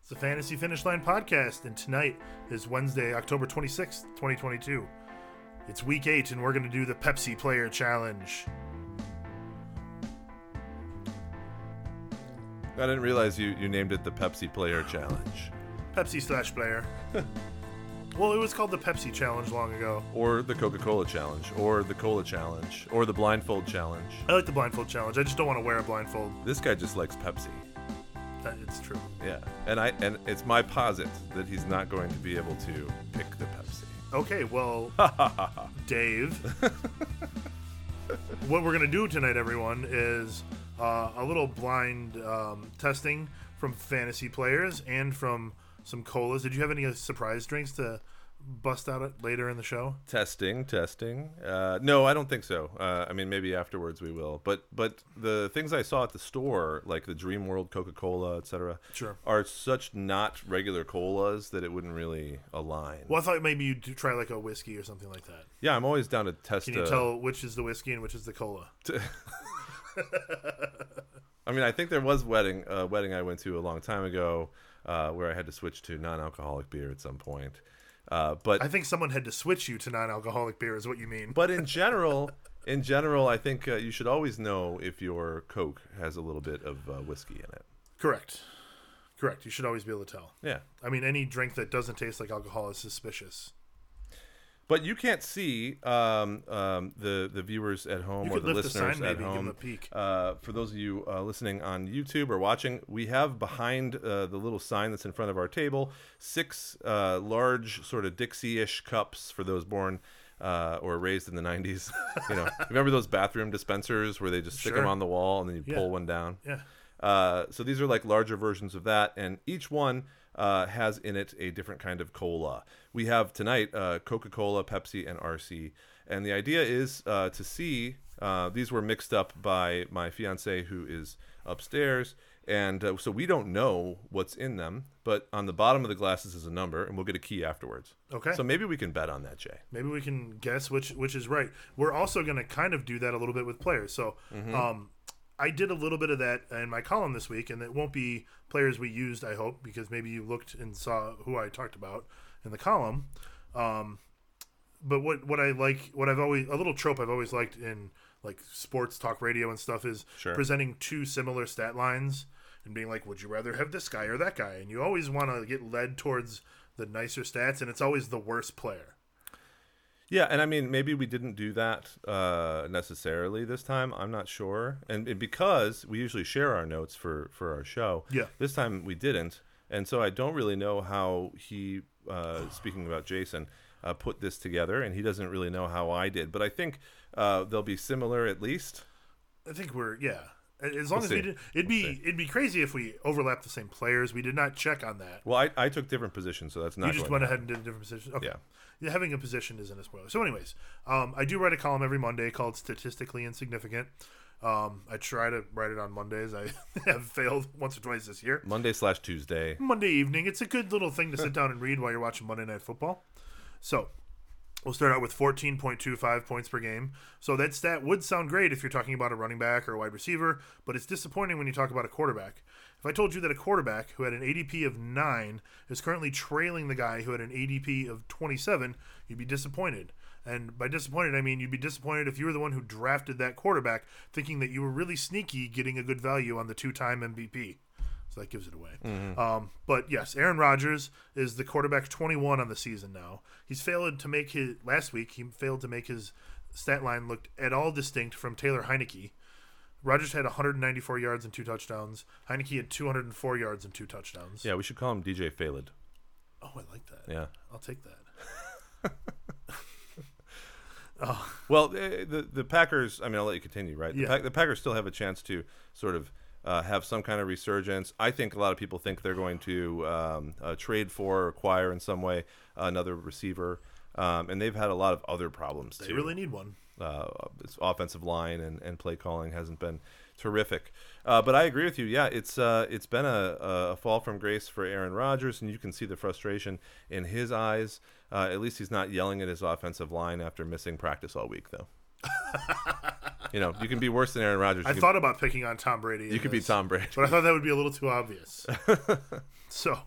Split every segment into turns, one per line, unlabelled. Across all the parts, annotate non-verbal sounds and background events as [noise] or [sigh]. It's the Fantasy Finish Line podcast, and tonight is Wednesday, October 26th, 2022. It's week eight, and we're going to do the Pepsi Player Challenge.
I didn't realize you, you named it the Pepsi Player Challenge
Pepsi slash player. well, it was called the Pepsi Challenge long ago.
or the Coca Cola Challenge or the Cola Challenge or the Blindfold Challenge.
I like the blindfold challenge. I just don't want to wear a blindfold.
This guy just likes Pepsi.
That- It's true.
Yeah. And I and it's my posit that he's not going to be able to pick the Pepsi.
Okay, [laughs] well, Dave, what we're going to do tonight, everyone, is uh, a little blind um, testing from fantasy players and from some colas. Did you have any uh, surprise drinks to bust out at later in the show?
Testing, testing. Uh, no, I don't think so. Uh, I mean, maybe afterwards we will. But but the things I saw at the store, like the Dream World Coca Cola, etc.,
Sure.
are such not regular colas that it wouldn't really align.
Well, I thought maybe you'd do- try like a whiskey or something like that.
Yeah, I'm always down to test.
Can you
a-
tell which is the whiskey and which is the cola?
I mean, I think there was wedding a wedding I went to a long time ago uh, where I had to switch to non-alcoholic beer at some point. Uh, but
I think someone had to switch you to non-alcoholic beer, is what you mean.
[laughs] but in general, in general, I think uh, you should always know if your Coke has a little bit of uh, whiskey in it.
Correct. Correct. You should always be able to tell.
Yeah.
I mean, any drink that doesn't taste like alcohol is suspicious.
But you can't see um, um, the the viewers at home
You
or
could
the
lift the sign,
listeners at
maybe, give 'em
home.
a peek.
Uh, for those of you uh, listening on YouTube or watching, we have behind uh, the little sign that's in front of our table six uh, large sort of Dixie-ish cups for those born. Uh, or raised in the 90s, [laughs] you know. remember those bathroom dispensers where they just stick
Sure.
them on the wall and then you
Yeah.
pull one down?
Yeah.
Uh, so these are like larger versions of that, and each one uh, has in it a different kind of cola. We have tonight uh, Coca Cola, Pepsi, and RC. And the idea is uh, to see uh, these were mixed up by my fiance who is upstairs. And uh, so we don't know what's in them, but on the bottom of the glasses is a number, and we'll get a key afterwards.
Okay.
So maybe we can bet on that, Jay.
Maybe we can guess which which is right. We're also going to kind of do that a little bit with players. So, um, I did a little bit of that in my column this week, and it won't be players we used. I hope because maybe you looked and saw who I talked about in the column. Um, but what what I like, what I've always a little trope I've always liked in like sports talk radio and stuff is
Sure.
presenting two similar stat lines and being like, would you rather have this guy or that guy? And you always want to get led towards the nicer stats, and it's always the worst player.
Yeah, and I mean, maybe we didn't do that uh, necessarily this time. I'm not sure, and, and because we usually share our notes for for our show,
Yeah.
this time we didn't, and so I don't really know how he, uh, speaking about Jason, uh, put this together, and he doesn't really know how I did, but I think uh, they'll be similar at least.
I think we're yeah. A- As long
We'll
as we
see.
did, it'd be it'd be crazy if we overlapped the same players. We did not check on that.
Well, I, I took different positions, so that's not.
You just
going
went
to-
ahead and did a different position. Okay.
Yeah.
Yeah, having a position isn't a spoiler. So, anyways, um, I do write a column every Monday called "Statistically Insignificant." Um, I try to write it on Mondays. I [laughs] have failed once or twice this year.
Monday slash Tuesday.
Monday evening. It's a good little thing to sit down and read while you're watching Monday Night Football. So we'll start out with 14.25 points per game. So that stat would sound great if you're talking about a running back or a wide receiver, but it's disappointing when you talk about a quarterback. If I told you that a quarterback who had an ADP of 9 is currently trailing the guy who had an ADP of 27, you'd be disappointed. And by disappointed, I mean you'd be disappointed if you were the one who drafted that quarterback thinking that you were really sneaky getting a good value on the two time MVP. So that gives it away. Um, but yes, Aaron Rodgers is the quarterback 21 on the season now. He's failed to make his last week. He failed to make his stat line look at all distinct from Taylor Heineke. Rodgers had 194 yards and two touchdowns. Heineke had 204 yards and two touchdowns.
Yeah, we should call him DJ Faled.
Oh, I like that.
Yeah.
I'll take that.
Well, eh, the the Packers. I mean, I'll let you continue, right? The,
Yeah.
Pack- the Packers still have a chance to sort of uh, have some kind of resurgence. I think a lot of people think they're going to um, uh, trade for or acquire in some way another receiver, um, and they've had a lot of other problems
They
too.
really need one.
uh, its offensive line and, and play calling hasn't been terrific. Uh, but I agree with you. Yeah, it's uh, it's been a, a fall from grace for Aaron Rodgers, and you can see the frustration in his eyes. Uh, at least he's not yelling at his offensive line after missing practice all week, though. you know, you can be worse than Aaron Rodgers. You,
I
can,
thought about picking on Tom Brady.
you could be Tom Brady.
But I thought that would be a little too obvious. so,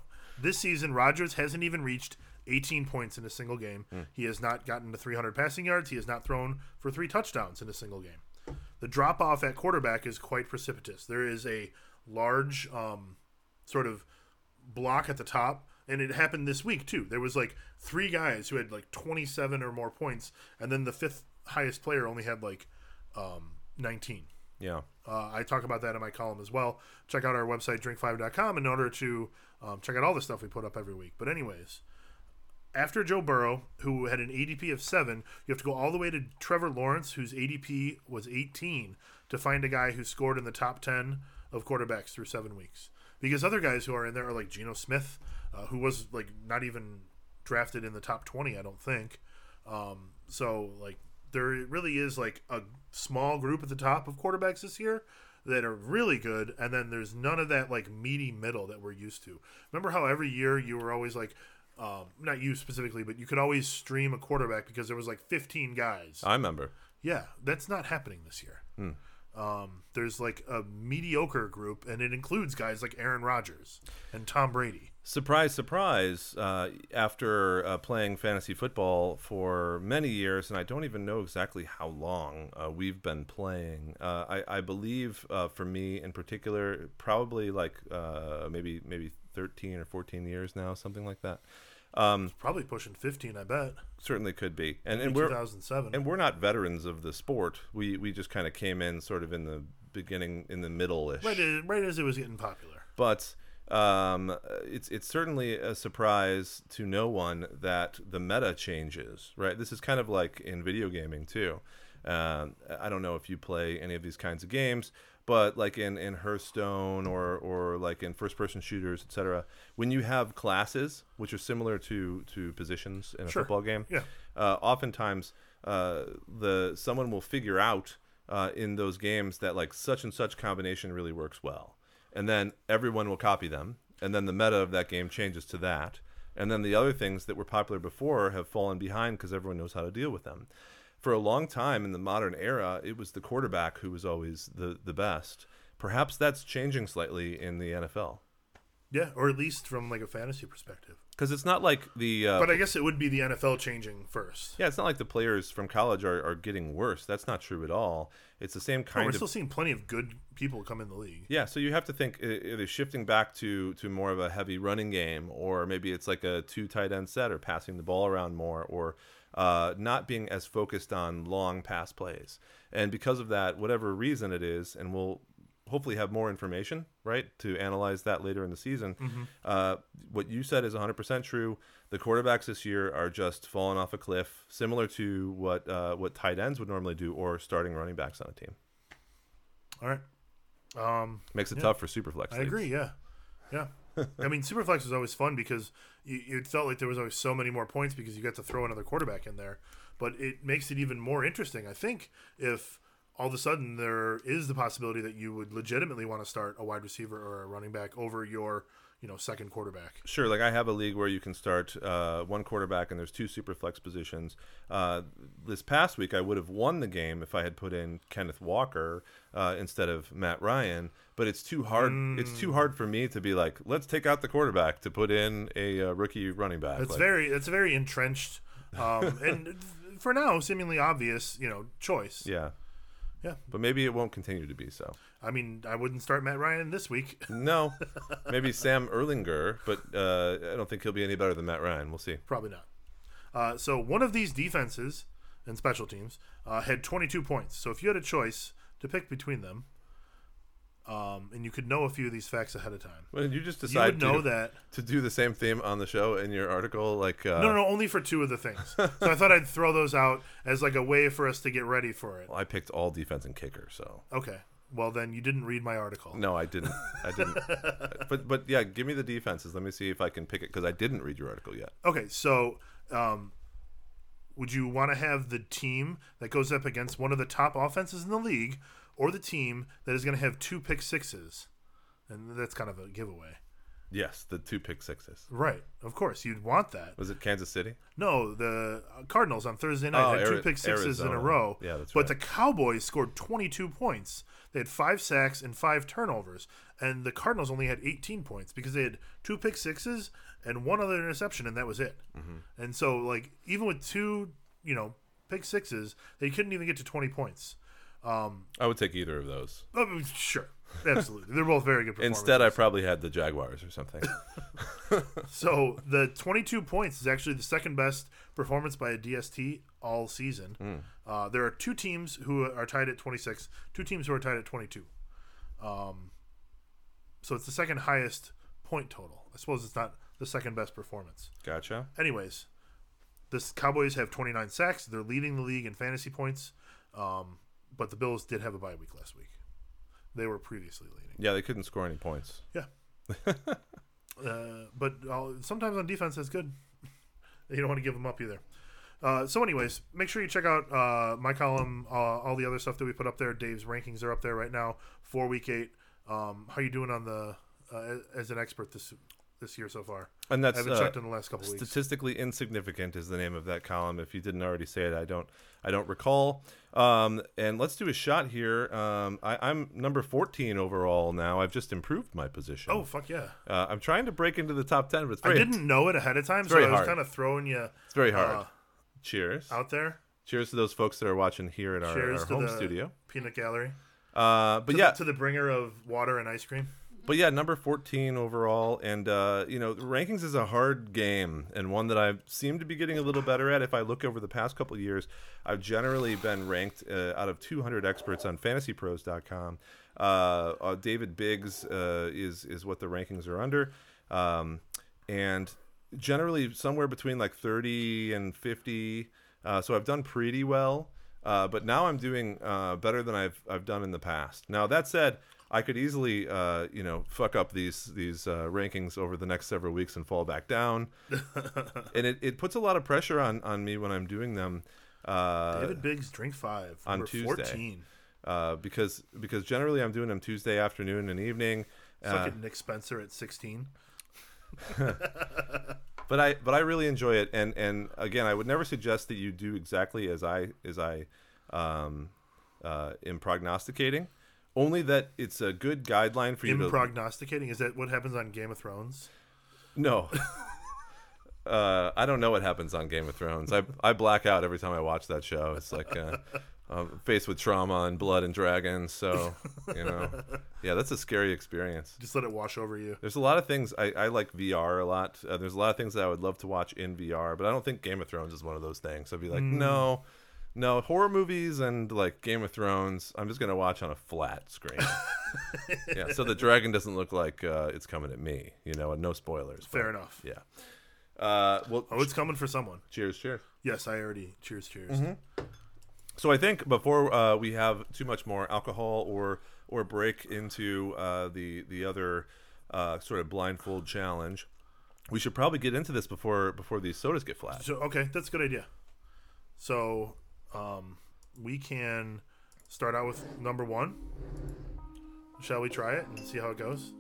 This season, Rodgers hasn't even reached 18 points in a single game. He has not gotten to 300 passing yards. He has not thrown for three touchdowns in a single game. The drop off at quarterback is quite precipitous. There is a large um, sort of block at the top, and it happened this week too. There was like three guys who had like 27 or more points, and then the fifth highest player only had like um, 19.
Yeah.
Uh, I talk about that in my column as well. Check out our website, drink5.com, in order to um, check out all the stuff we put up every week. But, anyways, after Joe Burrow, who had an ADP of seven, you have to go all the way to Trevor Lawrence, whose ADP was 18, to find a guy who scored in the top 10 of quarterbacks through seven weeks. Because other guys who are in there are like Geno Smith, uh, who was like not even drafted in the top 20, I don't think. Um, so like there really is like a small group at the top of quarterbacks this year that are really good, and then there's none of that like meaty middle that we're used to. Remember how every year you were always like, um, not you specifically, but you could always stream a quarterback because there was like 15 guys.
I remember.
Yeah, that's not happening this year.
Hmm.
Um, there's like a mediocre group, and it includes guys like Aaron Rodgers and Tom Brady.
Surprise, surprise. Uh, after uh, playing fantasy football for many years, and I don't even know exactly how long uh, we've been playing, uh, I, I believe uh, for me in particular, probably like uh, maybe, maybe 13 or 14 years now, something like that.
Probably pushing 15, I bet.
Certainly could be. And, and we're,
2007.
and we're not veterans of the sport. We, we just kind of came in sort of in the beginning, in the middle ish.
right, as, right as it was getting popular.
but um, it's it's certainly a surprise to no one that the meta changes, right? This is kind of like in video gaming too. Um, I don't know if you play any of these kinds of games, but like in in Hearthstone or or like in first person shooters, etc. When you have classes which are similar to to positions in a
Sure.
football game,
Yeah.
uh, oftentimes uh, the someone will figure out uh, in those games that like such and such combination really works well, and then everyone will copy them, and then the meta of that game changes to that, and then the other things that were popular before have fallen behind because everyone knows how to deal with them. For a long time in the modern era, it was the quarterback who was always the the best. Perhaps that's changing slightly in the NFL
Yeah, or at least from like a fantasy perspective.
because it's not like the uh,
But I guess it would be the NFL changing first.
Yeah, it's not like the players from college are, are getting worse. That's not true at all. It's the same
Oh,
kind
we're
of
still seeing plenty of good people come in the league.
yeah. So you have to think uh, either shifting back to to more of a heavy running game, or maybe it's like a two tight end set, or passing the ball around more, or uh, not being as focused on long pass plays. And because of that, whatever reason it is, and we'll hopefully have more information right to analyze that later in the season
Mm-hmm.
uh, what you said is 100% true the quarterbacks this year are just falling off a cliff similar to what uh, what tight ends would normally do or starting running backs on a team
All right. Um,
makes it tough for superflex
I
leagues.
agree. Yeah,
[laughs]
yeah. I mean, Superflex was always fun because you, it felt like there was always so many more points because you got to throw another quarterback in there. But it makes it even more interesting, I think, if all of a sudden there is the possibility that you would legitimately want to start a wide receiver or a running back over your, you know, second quarterback.
Sure, like I have a league where you can start uh, one quarterback and there's two super flex positions. Uh, this past week, I would have won the game if I had put in Kenneth Walker uh, instead of Matt Ryan. But it's too hard. It's too hard for me to be like, let's take out the quarterback to put in a uh, rookie running back.
It's
Like,
very, it's very entrenched,
[laughs]
um, and for now, seemingly obvious, you know, choice.
yeah,
Yeah.
But maybe it won't continue to be so.
I mean, I wouldn't start Matt Ryan this week. [laughs]
No, maybe Sam Erlinger, but uh, I don't think he'll be any better than Matt Ryan. We'll see.
Probably not. Uh, so one of these defenses and special teams uh, had 22 points. So if you had a choice to pick between them, um, and you could know a few of these facts ahead of time,
Well, you just
you
decide
would know
to,
that.
to do the same theme on the show in your article, like uh,
No, no, no, only for two of the
[laughs]
things. so I thought I'd throw those out as like a way for us to get ready for it.
Well, I picked all defense and kicker, so
Okay. Well, then you didn't read my article.
no, I didn't. I [laughs] didn't. but but yeah, give me the defenses. Let me see if I can pick it because I didn't read your article yet.
Okay, so um, would you want to have the team that goes up against one of the top offenses in the league, or the team that is going to have two pick sixes? And that's kind of a giveaway.
Yes, the two pick sixes.
Right. Of course, you'd want that.
Was it Kansas City?
No, the uh, Cardinals on Thursday night
Oh,
had two
Ari-
pick sixes in
Arizona.
a row.
Yeah, that's
but
right.
the Cowboys scored 22 points. They had five sacks and five turnovers, and the Cardinals only had 18 points because they had two pick sixes and one other interception, and that was it.
Mm-hmm.
And so, like, even with two, you know, pick sixes, they couldn't even get to 20 points.
I would take either of those.
I mean, sure, absolutely, they're both
[laughs]
very good. Performances.
Instead, I probably had the Jaguars or something.
So the 22 points is actually the second best performance by a DST all season. Uh, there are two teams who are tied at 26, two teams who are tied at 22. Um, so it's the second highest point total. I suppose it's not the second best performance.
[laughs] gotcha.
Anyways, the Cowboys have 29 sacks. They're leading the league in fantasy points. Um, but the Bills did have a bye week last week. They were previously leading.
Yeah, they couldn't score any points.
Yeah. [laughs] uh, but uh, sometimes on defense, that's good. [laughs] You don't want to give them up either. Uh, so, anyways, make sure you check out uh, my column, uh, all the other stuff that we put up there. Dave's rankings are up there right now for Week Eight. Um, how you doing on the uh, as an expert this this year so far?
And that's
I haven't
uh,
checked in the last couple weeks.
statistically insignificant is the name of that column. If you didn't already say it, I don't. I don't recall. Um, and let's do a shot here. Um, I, I'm number 14 overall now. I've just improved my position.
Oh fuck yeah!
Uh, I'm trying to break into the top 10, but it's
I
very,
didn't know it ahead of time, so
very
I was
hard.
kind of throwing you
it's very hard.
uh,
Cheers.
out there.
Cheers to those folks that are watching here in our,
Cheers
our
to
home
the
studio.
peanut gallery.
Uh, but yeah,
to the bringer of water and ice cream.
but yeah, number 14 overall. And, uh, you know, rankings is a hard game and one that I seem to be getting a little better at. If I look over the past couple of years, I've generally been ranked uh, out of 200 experts on fantasypros.com. Uh, uh, David Biggs uh, is, is what the rankings are under. Um, and generally somewhere between like 30 and 50. Uh, so I've done pretty well. Uh, but now I'm doing uh, better than I've I've done in the past. Now that said, I could easily uh, you know fuck up these these uh, rankings over the next several weeks and fall back down, and it, it puts a lot of pressure on on me when I'm doing them. Uh,
David Biggs, drink five.
on
number
Tuesday.
14.
uh, because because generally I'm doing them Tuesday afternoon and evening.
It's
Uh,
like a Nick Spencer at 16.
but I but I really enjoy it, and and again, I would never suggest that you do exactly as I as I um, uh, am prognosticating. Only that it's a good guideline for you to
Imprognosticating. Is that what happens on Game of Thrones?
no. [laughs] Uh, I don't know what happens on Game of Thrones. I, I black out every time I watch that show. It's like uh, [laughs] I'm faced with trauma and blood and dragons. So, you know, yeah, that's a scary experience.
Just let it wash over you.
There's a lot of things I, I like VR a lot. Uh, there's a lot of things that I would love to watch in VR, but I don't think Game of Thrones is one of those things. I'd be like, no, no horror movies and like Game of Thrones. I'm just gonna watch on a flat screen. yeah, so the dragon doesn't look like uh, it's coming at me. You know, and no spoilers.
Fair
but,
enough.
Yeah. Uh, well,
Oh, it's coming for someone.
cheers, cheers.
Yes, I already. Cheers, cheers.
Mm-hmm. So I think before uh, we have too much more alcohol or or break into uh, the the other uh, sort of blindfold challenge, we should probably get into this before before these sodas get flat.
So, okay, that's a good idea. So, um, we can start out with number one. Shall we try it and see how it goes?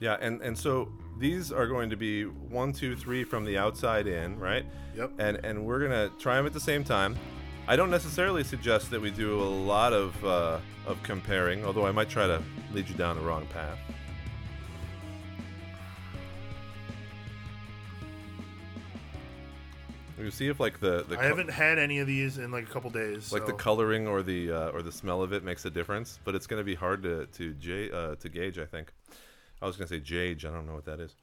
Yeah, and and so these are going to be one, two, three from the outside in, right?
Yep.
And and we're gonna try them at the same time. I don't necessarily suggest that we do a lot of uh, of comparing, although I might try to lead you down the wrong path. You see if like the the
I
co-
haven't had any of these in like a couple days.
like the
so-
coloring or the uh, or the smell of it makes a difference, but it's going to be hard to to ja- uh, to gauge. I think. I was going to say jage. I don't know what that is.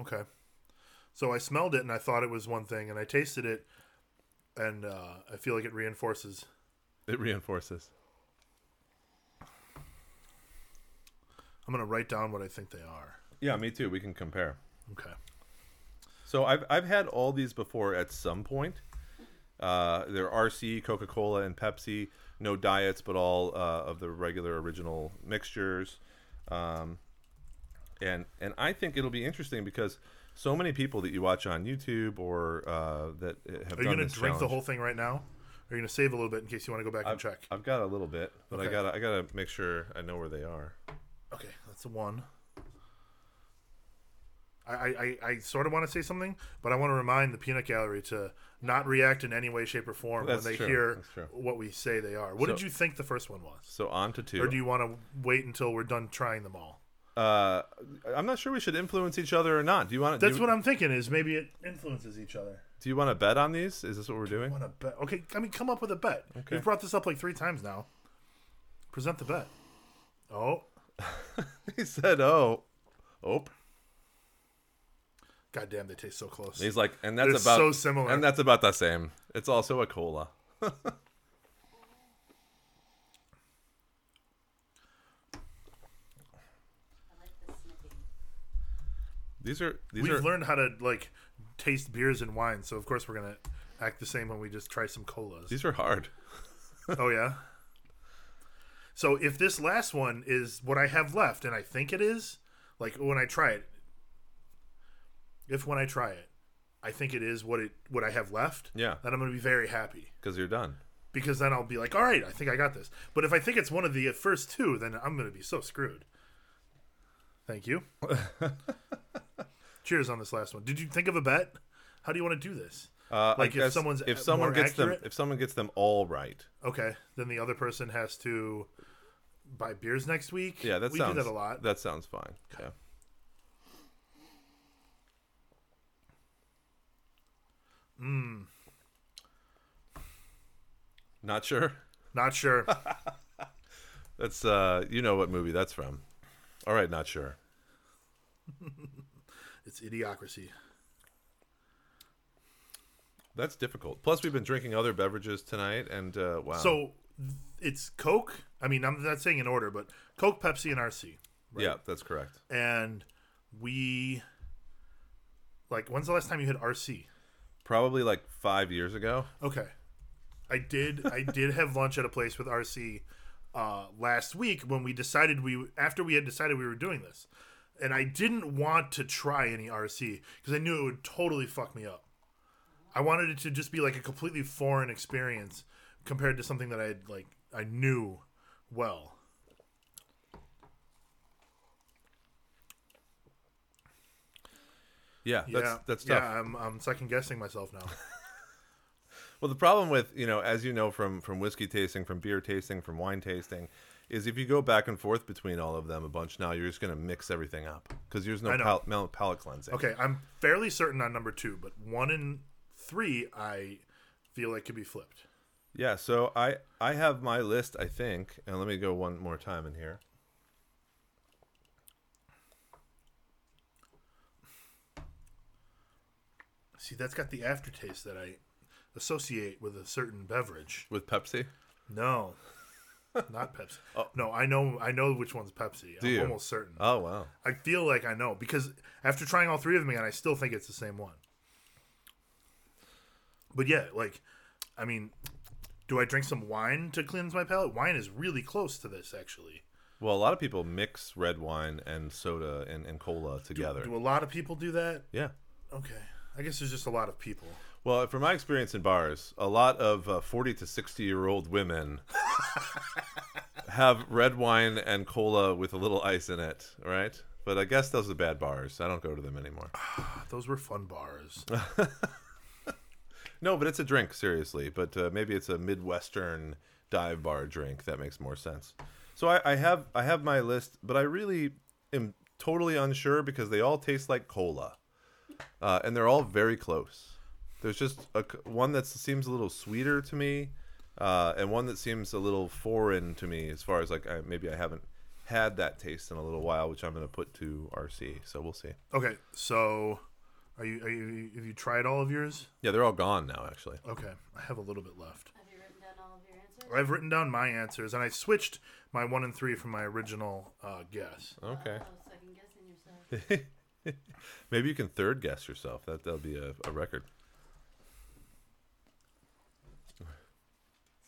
Okay. So I smelled it and I thought it was one thing, and I tasted it, and uh, I feel like it reinforces.
It reinforces.
I'm gonna write down what I think they are.
Yeah, me too. We can compare.
Okay.
So I've I've had all these before at some point. Uh, they're RC, Coca Cola, and Pepsi. No diets, but all uh, of the regular original mixtures. Um, and and I think it'll be interesting because so many people that you watch on YouTube or uh, that have
Are you
done
gonna
this
drink the
challenge-
whole thing right now? Are you going to save a little bit in case you want to go back and check?
I've got a little bit, but I
Okay.
gotta I gotta make sure I know where they are.
Okay, that's a one. I, I, I- I sort of want to say something, but I want to remind the peanut gallery to not react in any way, shape, or form
That's
when they
true,
hear
that's true.
what we say they are. What did
So-
you think the first one was?
So on to two.
Or do you want to wait until we're done trying them all?
uh, I'm not sure we should influence each other or not. Do you want?
That's
do you,
what I'm thinking. Is maybe it influences each other.
Do you want to bet on these? Is this what we're
[laughs]
doing?
Want to bet? Okay, I mean, come up with a bet.
Okay.
We've brought this up like three times now. Present the bet. Oh,
he said, "Oh, oh."
goddamn, they taste so close.
He's like, and that's
They're
about
so similar.
and that's about the same. It's also a cola.
I like the snipping.
These are these
We've
are
learned how to like taste beers and wine, so of course we're gonna act the same when we just try some colas.
these are hard.
oh yeah. So if this last one is what I have left, and I think it is, like when I try it, if when I try it, I think it is what it what I have left.
Yeah.
Then I'm gonna be very happy
because you're done.
because then I'll be like, all right, I think I got this. But if I think it's one of the first two, then I'm gonna be so screwed. Thank
[laughs]
you. Cheers on this last one. Did you think of a bet? How do you want to do this?
Uh, I
Like, if
guess
someone's
if
a-
someone
more
gets them
accurate?
if someone gets them all right,
Okay, then the other person has to buy beers next week.
yeah, that
we
sounds
do that a lot.
That sounds fine. Yeah.
Hmm.
Mm. Not sure.
Not
[laughs]
sure.
That's uh, you know what movie that's from. All right, not sure.
it's idiocracy.
That's difficult. Plus, we've been drinking other beverages tonight, and uh, wow.
So th- it's Coke. I mean, I'm not saying in order, but Coke, Pepsi, and RC.
yeah, that's correct.
And we like. When's the last time you had RC?
Probably like five years ago.
Okay. I did
[laughs]
I did have lunch at a place with RC uh, last week when we decided we after we had decided we were doing this. And I didn't want to try any RC because I knew it would totally fuck me up. I wanted it to just be like a completely foreign experience compared to something that I had like I knew well.
Yeah, that's
yeah,
that's tough.
Yeah, I'm, I'm second guessing myself now.
Well, the problem with you know, as you know from from whiskey tasting, from beer tasting, from wine tasting, is if you go back and forth between all of them a bunch now, you're just going to mix everything up because there's no
know.
pal- mal- palate cleansing.
Okay, I'm fairly certain on number two, but one and three I feel like could be flipped.
Yeah, so I I have my list, I think, and let me go one more time in here.
See, that's got the aftertaste that I associate with a certain beverage.
With Pepsi,
No, [laughs] not Pepsi. No, I know, I know which one's Pepsi. I'm
you?
almost certain.
oh wow,
I feel like I know because after trying all three of them again, I still think it's the same one. But yeah, like, I mean, do I drink some wine to cleanse my palate? Wine is really close to this, actually.
well, a lot of people mix red wine and soda and, and cola together.
Do a lot of people do that?
yeah.
Okay, I guess there's just a lot of people.
Well, from my experience in bars, a lot of uh, 40 to 60 year old women have red wine and cola with a little ice in it, right? But I guess those are bad bars. I don't go to them anymore.
Those were fun bars. [laughs]
No, but it's a drink, seriously. But uh, maybe it's a Midwestern dive bar drink that makes more sense. So I, I have I have my list, but I really am totally unsure because they all taste like cola, uh, and they're all very close. There's just a c one that seems a little sweeter to me, uh, and one that seems a little foreign to me as far as like I, maybe I haven't had that taste in a little while, which I'm gonna put to RC. So we'll see.
Okay, so are you are you have you tried all of yours?
Yeah, they're all gone now, actually.
Okay, I have a little bit left.
Have you written down all of your answers?
I've written down my answers, and I switched my one and three from my original uh, guess.
Okay.
Oh, second guessing yourself.
Maybe you can third guess yourself. That that'll be a, a record.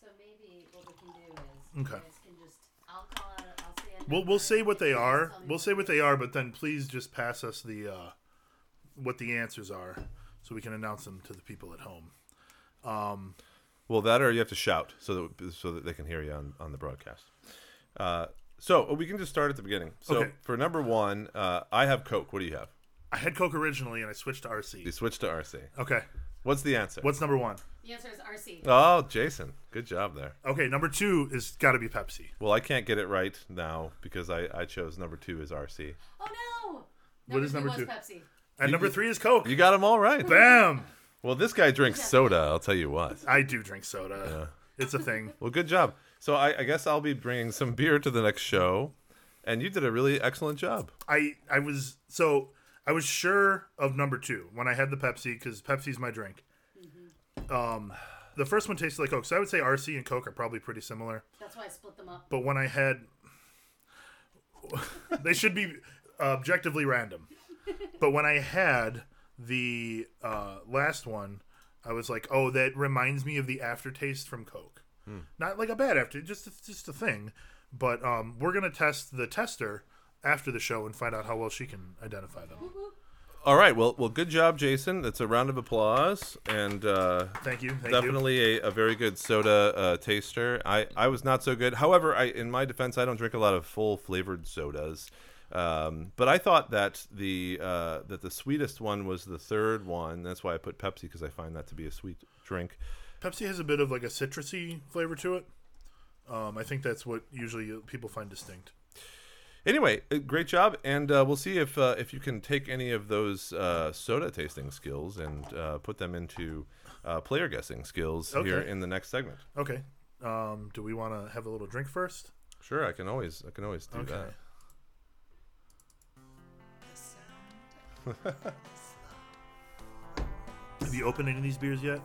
So maybe what we can do is
Okay.
you guys can just I'll call out I'll say a
We'll
number
we'll say what
and you
they
guys
are.
tell me
We'll say what they are, but then please just pass us the uh, what the answers are, so we can announce them to the people at home.
Well, that or you have to shout so that so that they can hear you on, on the broadcast. Uh, so we can just start at the beginning. So
Okay.
for number one, uh, I have Coke. What do you have?
I had Coke originally and I switched to
You
RC.
switch to RC.
Okay.
What's the answer?
What's number one?
The answer is RC.
Uh,
Oh, Jason, good job there.
Okay, number two is got to be Pepsi.
Well, I can't get it right now because I, I chose number two is RC.
Oh no!
What is number
was
two?
Pepsi.
And number three is Coke.
You got them all right.
Bam!
Well, this guy drinks soda. I'll tell you what.
I do drink soda. It's a thing.
Well, good job. So I, I guess I'll be bringing some beer to the next show, and you did a really excellent job.
I I was so I was sure of number two when I had the Pepsi because Pepsi's my drink. Um, the first one tasted like Coke, so I would say RC and Coke are probably pretty similar.
That's why I split them up.
But when I had, [laughs] they should be uh, objectively random. But when I had the uh, last one, I was like, oh, that reminds me of the aftertaste from Coke. Not like a bad after, just it's just a thing. But um, we're gonna test the tester after the show and find out how well she can identify them.
All right. Well, well, good job, Jason. That's a round of applause, and uh,
Thank you. Thank you.
definitely a, a very good soda uh, taster. I, I was not so good. However, I in my defense, I don't drink a lot of full flavored sodas. Um, but I thought that the uh, that the sweetest one was the third one. That's why I put Pepsi because I find that to be a sweet drink.
Pepsi has a bit of like a citrusy flavor to it. Um, I think that's what usually people find distinct.
Anyway, uh, great job, and uh, we'll see if uh, if you can take any of those uh, soda tasting skills and uh, put them into uh, player guessing skills here
Okay.
in the next segment.
Okay. Um, do we want to have a little drink first?
Sure, I can always I can always do
Okay.
that.
Have you opened any of these beers yet?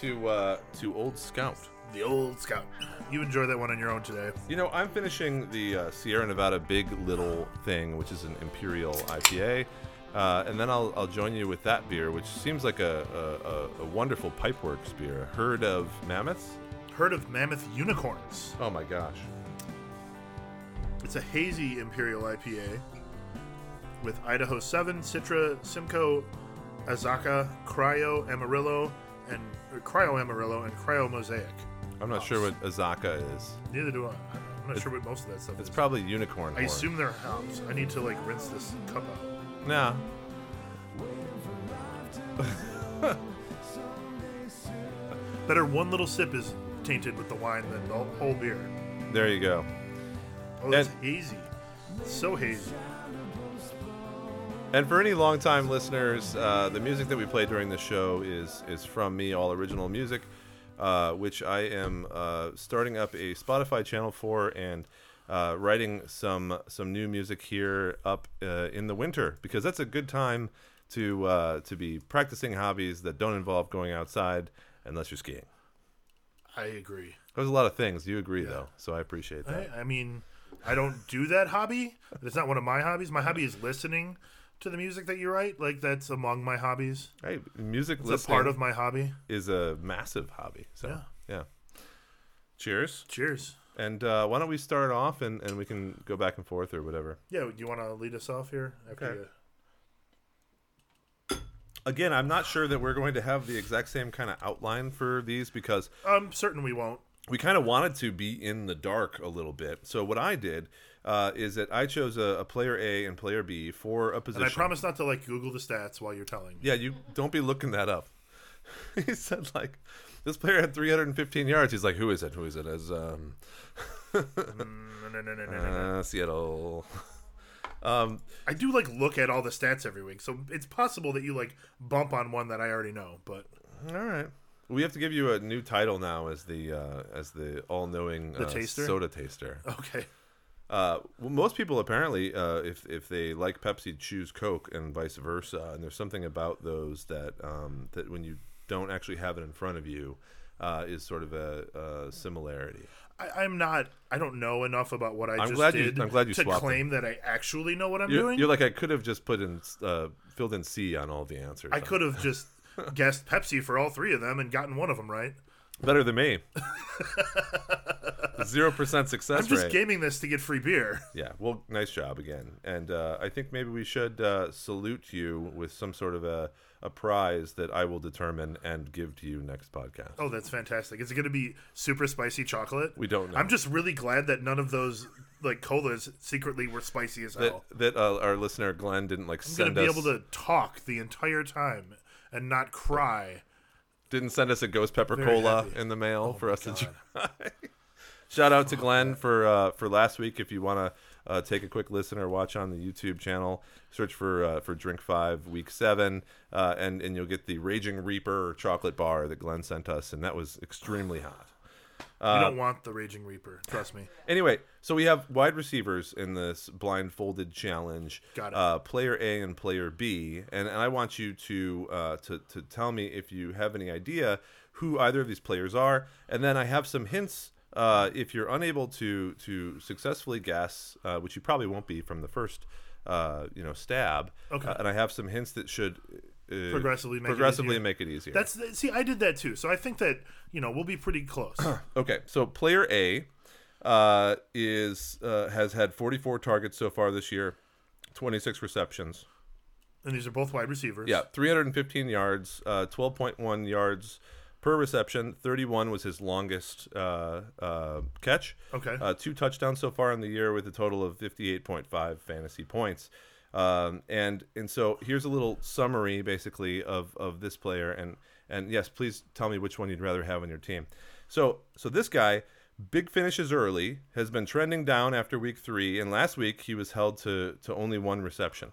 To uh, to Old Scout.
The Old Scout. You enjoy that one on your own today.
You know, I'm finishing the uh, Sierra Nevada Big Little thing, which is an imperial IPA, uh, and then I'll, I'll join you with that beer, which seems like a a, a, a wonderful pipeworks beer. A herd of mammoths.
Herd of Mammoth Unicorns.
Oh my gosh.
It's a hazy Imperial IPA with Idaho 7, Citra, Simcoe, Azaka, Cryo Amarillo, and or Cryo Amarillo and Cryo Mosaic.
I'm not sure what Azaka is.
Neither do I. I'm not sure what most of that stuff
It's
is.
probably unicorn.
I
horn.
assume they're hops. I need to like rinse this cup out.
Nah.
Better one little sip is tainted with the wine than the whole beer.
There you go.
Oh, that's
And-
hazy. So hazy.
And for any long-time listeners, uh, the music that we play during the show is is from me, all original music, uh, which I am uh, starting up a Spotify channel for and uh, writing some some new music here up uh, in the winter because that's a good time to uh, to be practicing hobbies that don't involve going outside unless you're skiing.
I agree.
There's a lot of things you agree though, so I appreciate that.
I, I mean, I don't do that hobby. It's not one of my hobbies. My hobby is listening to the music that you write. Like that's among my hobbies.
Hey, music
It's
listening
a part of my hobby.
is a massive hobby. So yeah.
Yeah.
Cheers.
Cheers.
And uh, why don't we start off and, and we can go back and forth or whatever.
Yeah, do you want to lead us off here? After
Okay.
you-
Again, I'm not sure that we're going to have the exact same kind of outline for these because
I'm Um, certain we won't.
we kind of wanted to be in the dark a little bit. So what I did uh, is that I chose a, a player A and player B for a
And
position.
I promise not to like Google the stats while you're telling.
Yeah, you don't be looking that up. [laughs] he said like this player had 315 yards. He's like, who is it? Who is it? As um,
No, no, no, no, no, no.
uh, Seattle.
I do like look at all the stats every week, so it's possible that you like bump on one that I already know. But
All right. We have to give you a new title now as the uh, as the all knowing uh,
taster?
soda taster.
okay,
Uh, well, most people apparently, uh, if if they like Pepsi, choose Coke and vice versa. And there's something about those that um, that when you don't actually have it in front of you, uh, is sort of a, a similarity.
I, I'm not. I don't know enough about what I just
glad you-
did.
I'm glad you
to
swapped them.
claim that I actually know what I'm
You're,
doing.
you're like I could have just put in uh, filled in C on all the answers.
[laughs] I could have just guessed Pepsi for all three of them and gotten one of them right.
Better than me. Zero percent success
I'm just
rate.
gaming this to get free beer. [laughs]
yeah. Well, nice job again. And uh, I think maybe we should uh, salute you with some sort of a, a prize that I will determine and give to you next podcast.
Oh, that's fantastic. Is it going to be super spicy chocolate?
We don't know.
I'm just really glad that none of those like colas secretly were spicy as
that
hell.
that uh, our listener Glenn didn't like
I'm going
send
to be
us
able to talk the entire time and not cry.
didn't send us a ghost pepper
Very
cola
happy. Oh
in the mail for us to try. [laughs] Shout out to Glenn for uh, for last week. If you want to uh, take a quick listen or watch on the YouTube channel, search for uh, for Drink Five Week Seven, uh, and and you'll get the Raging Reaper chocolate bar that Glenn sent us, and that was extremely hot. Uh,
you don't want the raging reaper. Trust me.
Anyway, so we have wide receivers in this blindfolded challenge.
Got it.
Uh, player A and player B, and, and I want you to uh, to to tell me if you have any idea who either of these players are, and then I have some hints. Uh, if you're unable to to successfully guess, uh, which you probably won't be from the first, uh, you know, stab.
Okay.
uh, and I have some hints that should uh,
Progressively make it
progressively
easier.
make it easier.
That's see, I did that too. So I think that you know we'll be pretty close.
Okay, so player A uh, is uh, has had 44 targets so far this year, 26 receptions.
and these are both wide receivers.
Yeah, 315 yards, uh, 12.1 yards per reception. 31 was his longest uh, uh, catch.
Okay.
Uh, two touchdowns so far in the year with a total of 58.5 fantasy points. Um, and and so here's a little summary basically of, of this player and and yes, please tell me which one you'd rather have on your team. So so this guy, big finishes early, has been trending down after week three, and last week he was held to to only one reception.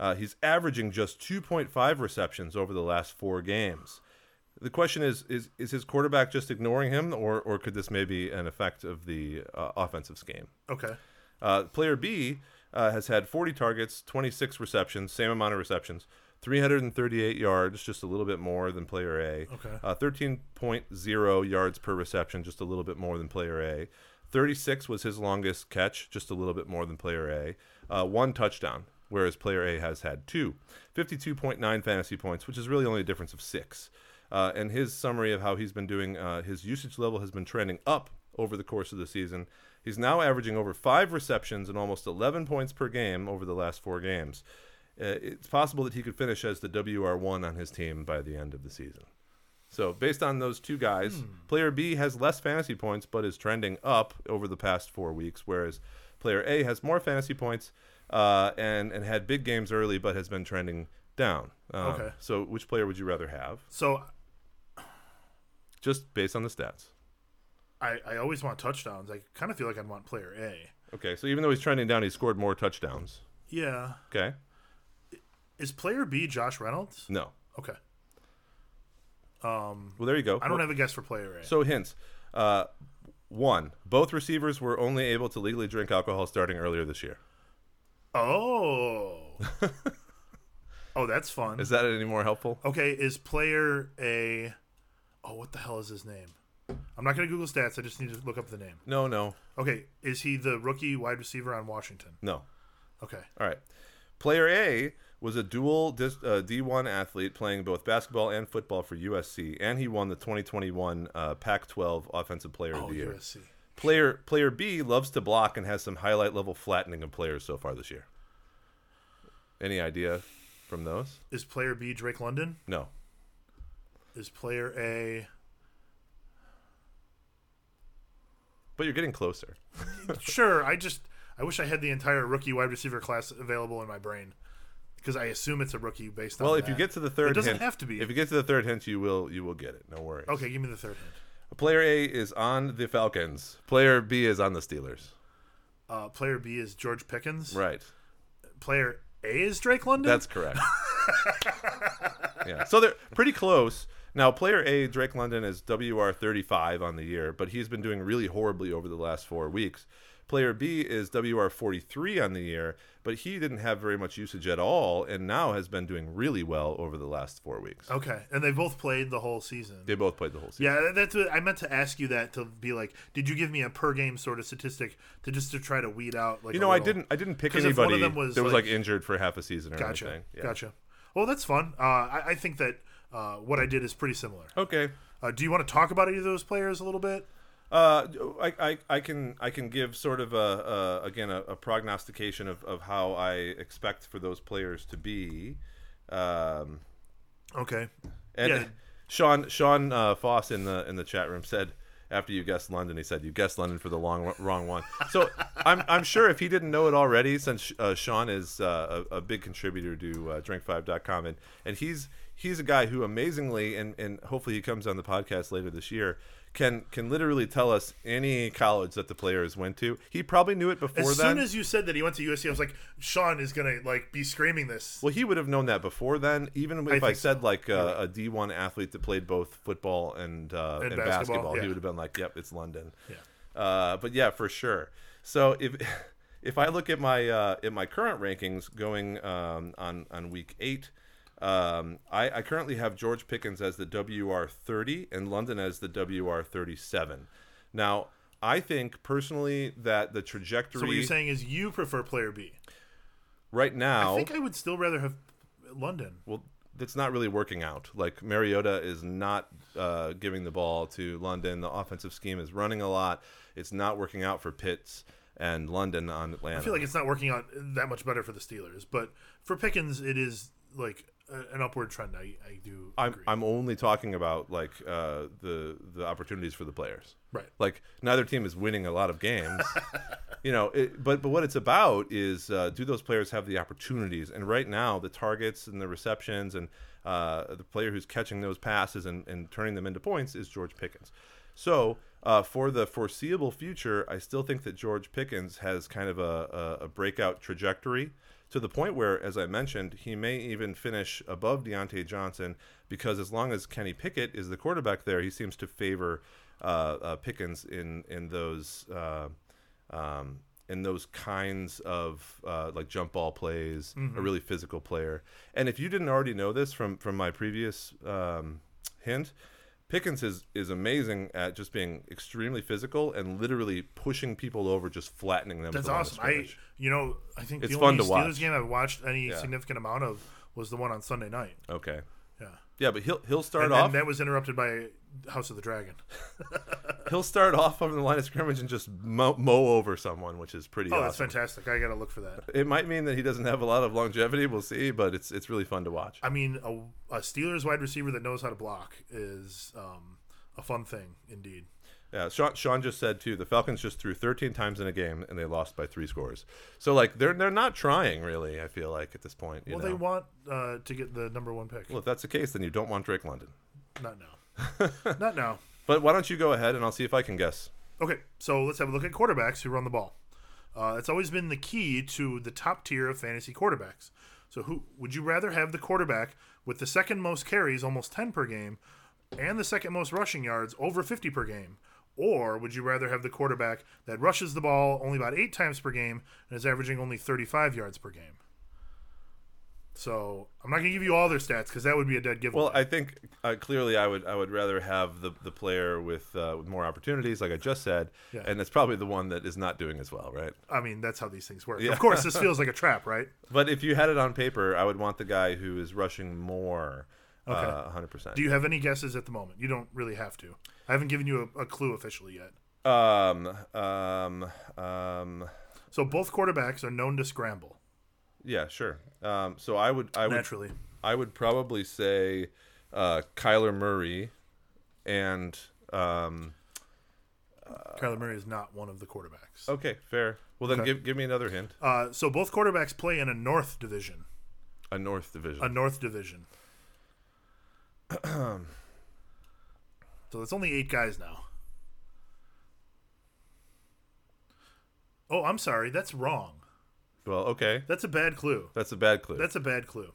Uh, he's averaging just 2.5 receptions over the last four games. The question is: Is is his quarterback just ignoring him, or or could this maybe an effect of the uh, offensive scheme?
Okay.
Uh, player B uh, has had 40 targets, 26 receptions, same amount of receptions, 338 yards, just a little bit more than player A.
Okay.
Uh, 13.0 yards per reception, just a little bit more than player A. 36 was his longest catch, just a little bit more than player A. Uh, one touchdown, whereas player A has had two. 52.9 fantasy points, which is really only a difference of six. Uh, and his summary of how he's been doing, uh, his usage level has been trending up over the course of the season. He's now averaging over five receptions and almost 11 points per game over the last four games. Uh, it's possible that he could finish as the WR1 on his team by the end of the season. So, based on those two guys,
Hmm.
player B has less fantasy points but is trending up over the past four weeks, whereas player A has more fantasy points uh, and, and had big games early but has been trending down. Um,
Okay.
So, which player would you rather have?
So
Just based on the stats.
I, I always want touchdowns. I kind of feel like I'd want player A.
Okay, so even though he's trending down, he scored more touchdowns.
Yeah.
Okay?
Is player B Josh Reynolds?
No.
Okay.
Well, there you go.
I don't have a guess for player A.
So hints. Uh, one, both receivers were only able to legally drink alcohol starting earlier this year.
oh. oh, that's fun.
Is that any more helpful?
okay, is player A Oh, what the hell is his name? I'm not going to Google stats. I just need to look up the name.
No, no,
Okay, is he the rookie wide receiver on Washington?
no.
Okay.
All right. Player A was a dual dis- uh, D1 athlete playing both basketball and football for USC, and he won the 2021 uh, Pac-12 Offensive Player of
Oh,
the Year.
USC.
Player Player B loves to block and has some highlight level flattening of players so far this year. Any idea from those?
Is player B Drake London?
No.
Is player A
But you're getting closer.
Sure, I just I wish I had the entire rookie wide receiver class available in my brain because I assume it's a rookie based on
Well, if you
that.
get to the third,
It doesn't
hint,
have to be.
If you get to the third hint, you will you will get it. No worries.
Okay, give me the third hint.
Player A is on the Falcons. Player B is on the Steelers.
Uh, player B is George Pickens.
Right.
Player A is Drake London. [laughs]
That's correct. yeah. So they're pretty close. Now, player A, Drake London, is WR35 on the year, but he's been doing really horribly over the last four weeks. Player B is WR43 on the year, but he didn't have very much usage at all and now has been doing really well over the last four weeks.
okay, and they both played the whole season.
They both played the whole season.
Yeah, that's what I meant to ask you that to be like, did you give me a per game sort of statistic to just to try to weed out like
You
a
know, I
little-
didn't. I didn't pick
'Cause if one
anybody
of them was,
that was
like-
like injured for half a season or
Gotcha,
anything. Yeah. Oh.
gotcha. Well, that's fun. Uh, I, I think that uh, what I did is pretty similar.
Okay.
Uh, do you want to talk about either of those players a little bit?
Uh, I, I, I can I can give sort of a, a again a, a prognostication of, of how I expect for those players to be. Um,
Okay.
and
Yeah.
Sean Sean uh, Foss in the in the chat room said after you guessed London, he said you guessed London for the long wrong one. So [laughs] I'm I'm sure if he didn't know it already, since uh, Sean is uh, a, a big contributor to uh, Drink5.com and and he's he's a guy who amazingly and and hopefully he comes on the podcast later this year. Can, can literally tell us any college that the players went to. He probably knew it before
As
then.
soon as you said that he went to USC, I was like, Sean is gonna like be screaming this.
Well, he would have known that before then. Even if I,
think
said like uh, a D one athlete that played both football and uh, and, basketball,
basketball,
he
yeah.
would have been like, "Yep, it's London."
Yeah.
Uh, but yeah, for sure. So if [laughs] if I look at my uh, at my current rankings going um, on on week eight, um, I, I currently have George Pickens as the WR thirty and London as the WR thirty seven. Now. I think personally that the trajectory
So what you're saying is you prefer player B.
right
I
now
think I would still rather have London.
well that's not really working out like mariota is not uh, giving the ball to london the offensive scheme is running a lot it's not working out for pitts and london on atlanta
I feel like it's not working out that much better for the Steelers, but for Pickens, it is like a, an upward trend. I, I do
I'm,
agree.
I'm only talking about like uh, the the opportunities for the players
right.
like neither team is winning a lot of games you know it, but but what it's about is uh, do those players have the opportunities and right now the targets and the receptions and uh, the player who's catching those passes and, and turning them into points is george pickens so uh, for the foreseeable future i still think that george pickens has kind of a, a, a breakout trajectory to the point where, as I mentioned, he may even finish above Deontay Johnson because as long as Kenny Pickett is the quarterback there, he seems to favor uh, uh, Pickens in in those uh, um, in those kinds of uh, like jump ball plays,
Mm-hmm.
a really physical player. And if you didn't already know this from from my previous um, hint. Pickens is, is amazing at just being extremely physical and literally pushing people over, just flattening them. at
That's
the line of
awesome. I
scrimmage.
you know I think
It's
the
fun
only
to
Steelers
watch.
game I watched any significant amount of was the one on Sunday night.
okay.
Yeah.
Yeah, but he'll he'll start
And,
off Oh,
and that was interrupted by House of the Dragon.
he'll start off over the line of scrimmage and just mow, mow over someone, which is pretty
Oh, that's
awesome.
fantastic. I got to look for that.
It might mean that he doesn't have a lot of longevity. We'll see, but it's it's really fun to watch.
I mean, a, a Steelers wide receiver that knows how to block is um, a fun thing indeed.
Yeah, Sean, Sean just said too. The Falcons just threw 13 times in a game and they lost by three scores. So like they're they're not trying really. I feel like at this point, you
Well,
know.
they want uh, to get the number one pick.
well, if that's the case, then you don't want Drake London.
Not now. [laughs] Not now.
But why don't you go ahead and I'll see if I can guess.
Okay, so let's have a look at quarterbacks who run the ball. Uh, it's always been the key to the top tier of fantasy quarterbacks. So, who would you rather have the quarterback with the second most carries, almost 10 per game, and the second most rushing yards, over 50 per game? Or would you rather have the quarterback that rushes the ball only about eight times per game and is averaging only 35 yards per game? So, I'm not going to give you all their stats because that would be a dead giveaway.
Well, I think uh, clearly I would I would rather have the, the player with uh, with more opportunities, like I just said,
Yeah.
and it's probably the one that is not doing as well, right?
I mean, that's how these things work.
Yeah.
Of course,
[laughs]
this feels like a trap, right?
But if you had it on paper, I would want the guy who is rushing more. Uh, 100%.
Do you have any guesses at the moment? You don't really have to. I haven't given you a, a clue officially yet.
um, um, um,
So both quarterbacks are known to scramble
yeah, sure. Um, so I would, I would,
naturally.
I would probably say, uh, Kyler Murray, and um,
Kyler Murray is not one of the quarterbacks.
okay, fair. Well, then
Okay.
give give me another hint.
Uh, so both quarterbacks play in a North Division.
A North Division.
A North Division. [clears throat] so that's only eight guys now. Oh, I'm sorry. That's wrong.
well, okay,
That's a bad clue.
that's a bad clue.
That's a bad clue.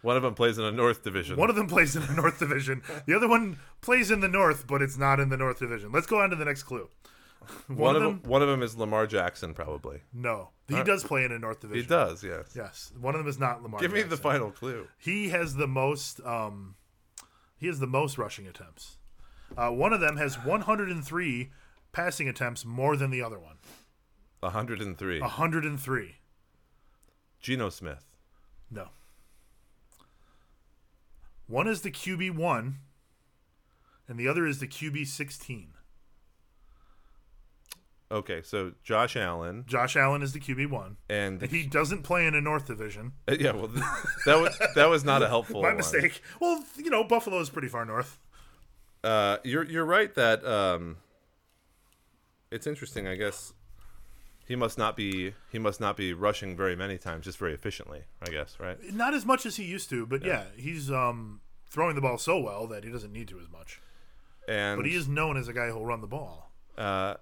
One of them plays in a North Division.
One of them plays in the North Division. The other one plays in the North, but it's not in the North Division. Let's go on to the next clue. One,
One
of
of
them,
one of them is Lamar Jackson, probably.
no, he does play in a North
He
Division.
does, yes.
Yes, one of them is not Lamar.
Give me the
Jackson.
final clue.
He has the most. Um, he has the most rushing attempts. Uh, one of them has 103 passing attempts more than the other one.
103.
Uh. 103.
Geno Smith.
No. One is the QB one, and the other is the QB 16.
Okay, so Josh Allen
Josh Allen is the QB one. [laughs]
and [laughs]
He doesn't play in a North Division.
yeah, well, [laughs] th- that was that was not a helpful.
My
one.
mistake. Well, you know, Buffalo is pretty far north.
Uh, you're you're right that um, it's interesting. I guess he must not be he must not be rushing very many times, just very efficiently. I guess right.
Not as much as he used to, but yeah, he's um, throwing the ball so well that he doesn't need to as much.
And
But he is known as a guy who'll run the ball.
uh,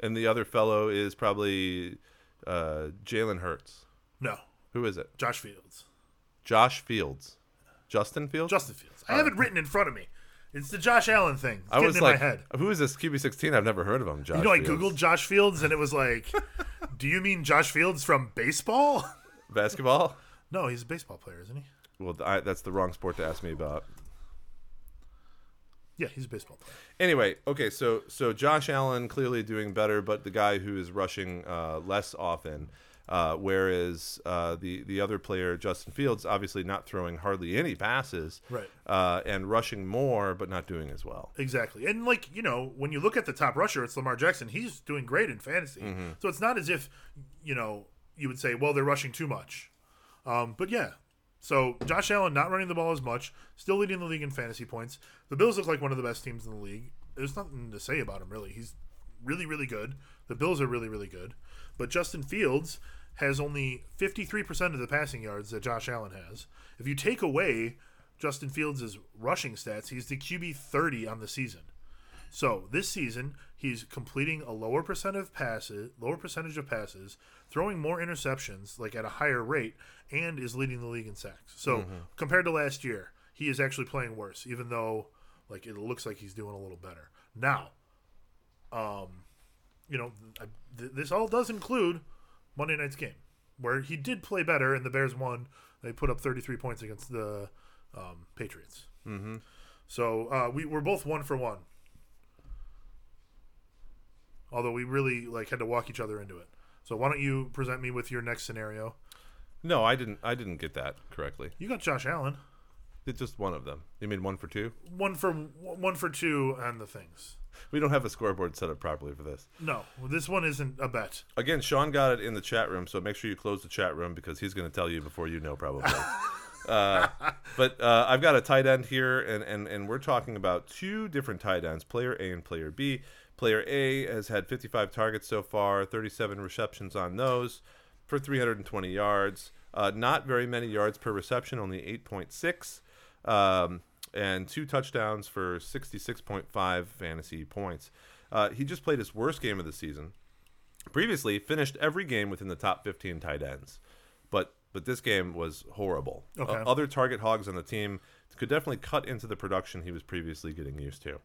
and the other fellow is probably uh, Jalen Hurts.
No,
Who is it?
Josh Fields,
Josh Fields, Justin Fields.
Justin Fields. I have it written in front of me. It's the Josh Allen thing. It's
I
getting
was
in
like,
my head.
who is this QB sixteen? I've never heard of him. Josh.
You know, I
Fields.
googled Josh Fields, and it was
[laughs]
like, "Do you mean Josh Fields from baseball?" [laughs]
basketball.
No, he's a baseball player, isn't he?
Well, I, that's the wrong sport to ask me about.
Yeah, he's a baseball player.
Anyway, okay, so so Josh Allen clearly doing better, but the guy who is rushing uh, less often, uh, whereas uh, the the other player Justin Fields obviously not throwing hardly any passes,
Right.
Uh, and rushing more, but not doing as well.
Exactly. And like, you know, when you look at the top rusher, it's Lamar Jackson. He's doing great in fantasy. So it's not as if, you know, you would say, well, they're rushing too much. Um, but yeah. So Josh Allen not running the ball as much, still leading the league in fantasy points. The Bills look like one of the best teams in the league. There's nothing to say about him really. He's really, really good. The Bills are really, really good. But Justin Fields has only 53% of the passing yards that Josh Allen has. If you take away Justin Fields' rushing stats, he's the QB 30 on the season. So this season, he's completing a lower percent of passes, lower percentage of passes, throwing more interceptions, like at a higher rate, and is leading the league in sacks. So compared to last year, he is actually playing worse, even though like it looks like he's doing a little better now. Um, you know, I, th- this all does include Monday night's game, where he did play better, and the Bears won. They put up 33 points against the um, Patriots. Mm-hmm. So uh, we we're both one for one although we really like had to walk each other into it. So why don't you present me with your next scenario?
No, I didn't. I didn't get that correctly.
You got Josh Allen,
It's just one of them. You mean one for two?
one for one for two on the things.
We don't have a scoreboard set up properly for this.
No, this one isn't a bet.
Again, Sean got it in the chat room, so make sure you close the chat room because he's going to tell you before you know, probably. uh, but uh, I've got a tight end here, and, and, and we're talking about two different tight ends, player A and player B. Player A has had 55 targets so far, 37 receptions on those for 320 yards. Uh, not very many yards per reception, only 8.6 um, and two touchdowns for 66.5 fantasy points. Uh, he just played his worst game of the season. Previously, finished every game within the top 15 tight ends, but but this game was horrible.
Okay.
Uh, other target hogs on the team could definitely cut into the production he was previously getting used to.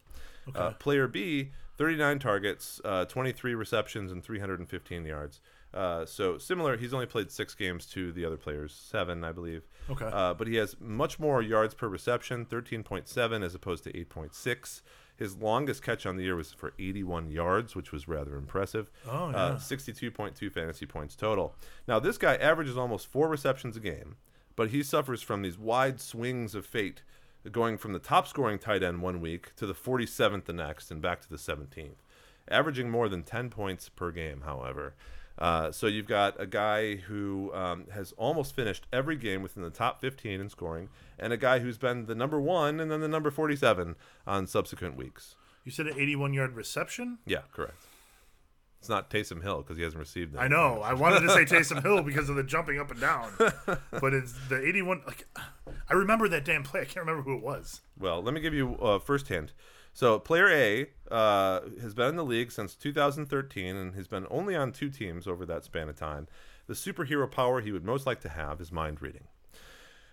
Uh, player B, 39 targets, uh, 23 receptions, and 315 yards. Uh, so similar, he's only played six games to the other players, seven, I believe.
Okay.
Uh, but he has much more yards per reception, 13.7 as opposed to 8.6. His longest catch on the year was for 81 yards, which was rather impressive.
Oh,
Uh, 62.2 fantasy points total. Now, this guy averages almost four receptions a game, but he suffers from these wide swings of fate, going from the top scoring tight end one week to the 47th the next and back to the 17th, averaging more than 10 points per game, however. Uh, so you've got a guy who um, has almost finished every game within the top 15 in scoring, and a guy who's been the number one and then the number 47 on subsequent weeks.
You said an 81 yard reception.
Yeah, correct. It's not Taysom Hill because he hasn't received that.
I know. I wanted to say Taysom
[laughs]
Hill because of the jumping up and down, but it's the 81. Like, I remember that damn play. I can't remember who it was.
Well, let me give you uh, firsthand. So, player A uh, has been in the league since 2013 and has been only on two teams over that span of time. The superhero power he would most like to have is mind reading.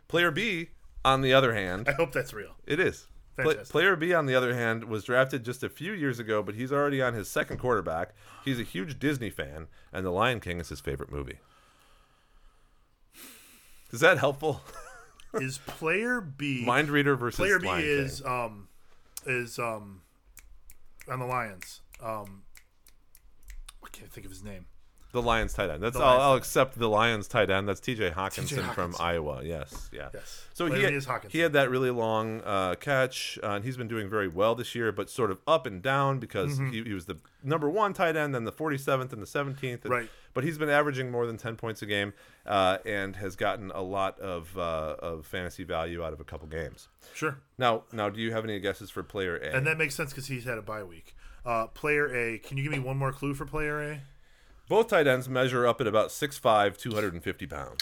Player B, on the other hand,
I hope that's real.
it is. Pla-
Fantastic.
player B, on the other hand, was drafted just a few years ago, but he's already on his second quarterback. He's a huge Disney fan, and The Lion King is his favorite movie. Is that
[laughs]
helpful?
Is player
[laughs]
B
Mind reader versus
player B
Lion King.
is um is um on the Lions. Um I can't think of his name.
The Lions tight end. That's
The
I'll,
Lions
I'll accept the Lions tight end. That's T.J. Hawkinson from
Hockenson.
Iowa. Yes, yeah.
Yes.
So he
Laramie
had,
is Hockenson.
he had that really long uh, catch, uh, and he's been doing very well this year, but sort of up and down because
Mm-hmm.
he, he was the number one tight end, then the 47th and the 17th. and-
Right.
But he's been averaging more than 10 points a game, uh, and has gotten a lot of uh, of fantasy value out of a couple games.
Sure.
Now, now, do you have any guesses for player A?
And that makes sense because he's had a bye week. Uh, player A, can you give me one more clue for player A?
Both tight ends measure up at about 6'5", 250 pounds.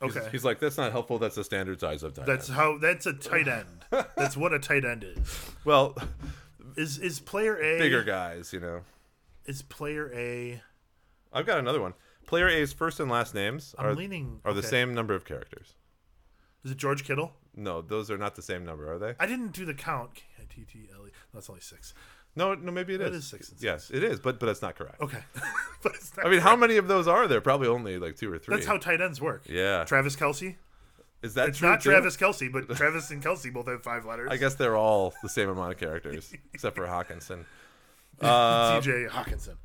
He's-
Okay.
He's, like, that's not helpful. That's the standard size of tight
That's
end.
how. That's a tight end. That's what a tight end is.
Well,
Is is player A
[laughs] bigger guys, you know.
Is player A?
I've got another one. Player A's first and last names
I'm
are,
leaning-
are the
okay.
same number of characters.
Is it George Kittle?
No, those are not the same number, are they?
I didn't do the count. K I T T L E. That's only six.
No, no, maybe it is.
is six and
Yes, it is, but but it's not correct.
Okay. [laughs] but it's not,
I mean, how many of those are there? Probably only like two or three.
that's how tight ends work.
Yeah.
Travis Kelsey.
Is that
It's
true,
not
too?
Travis Kelsey, but
[laughs]
Travis and Kelsey both have five letters.
I guess they're all the same amount of characters, [laughs] except for Hawkinson.
TJ Hawkinson.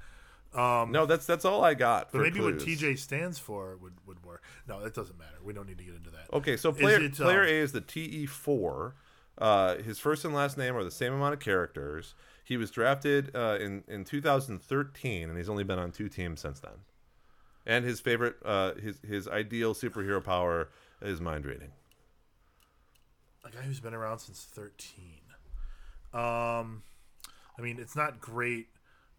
No, that's that's all I got.
Um, But
for
maybe what
clues.
TJ stands for would, would work. No, that doesn't matter. We don't need to get into that.
Okay, so player
it,
player
um,
A is the TE four. Uh, his first and last name are the same amount of characters. He was drafted uh, in in 2013, and he's only been on two teams since then. And his favorite, uh, his his ideal superhero power is mind reading.
A guy who's been around since 13. Um, I mean, it's not great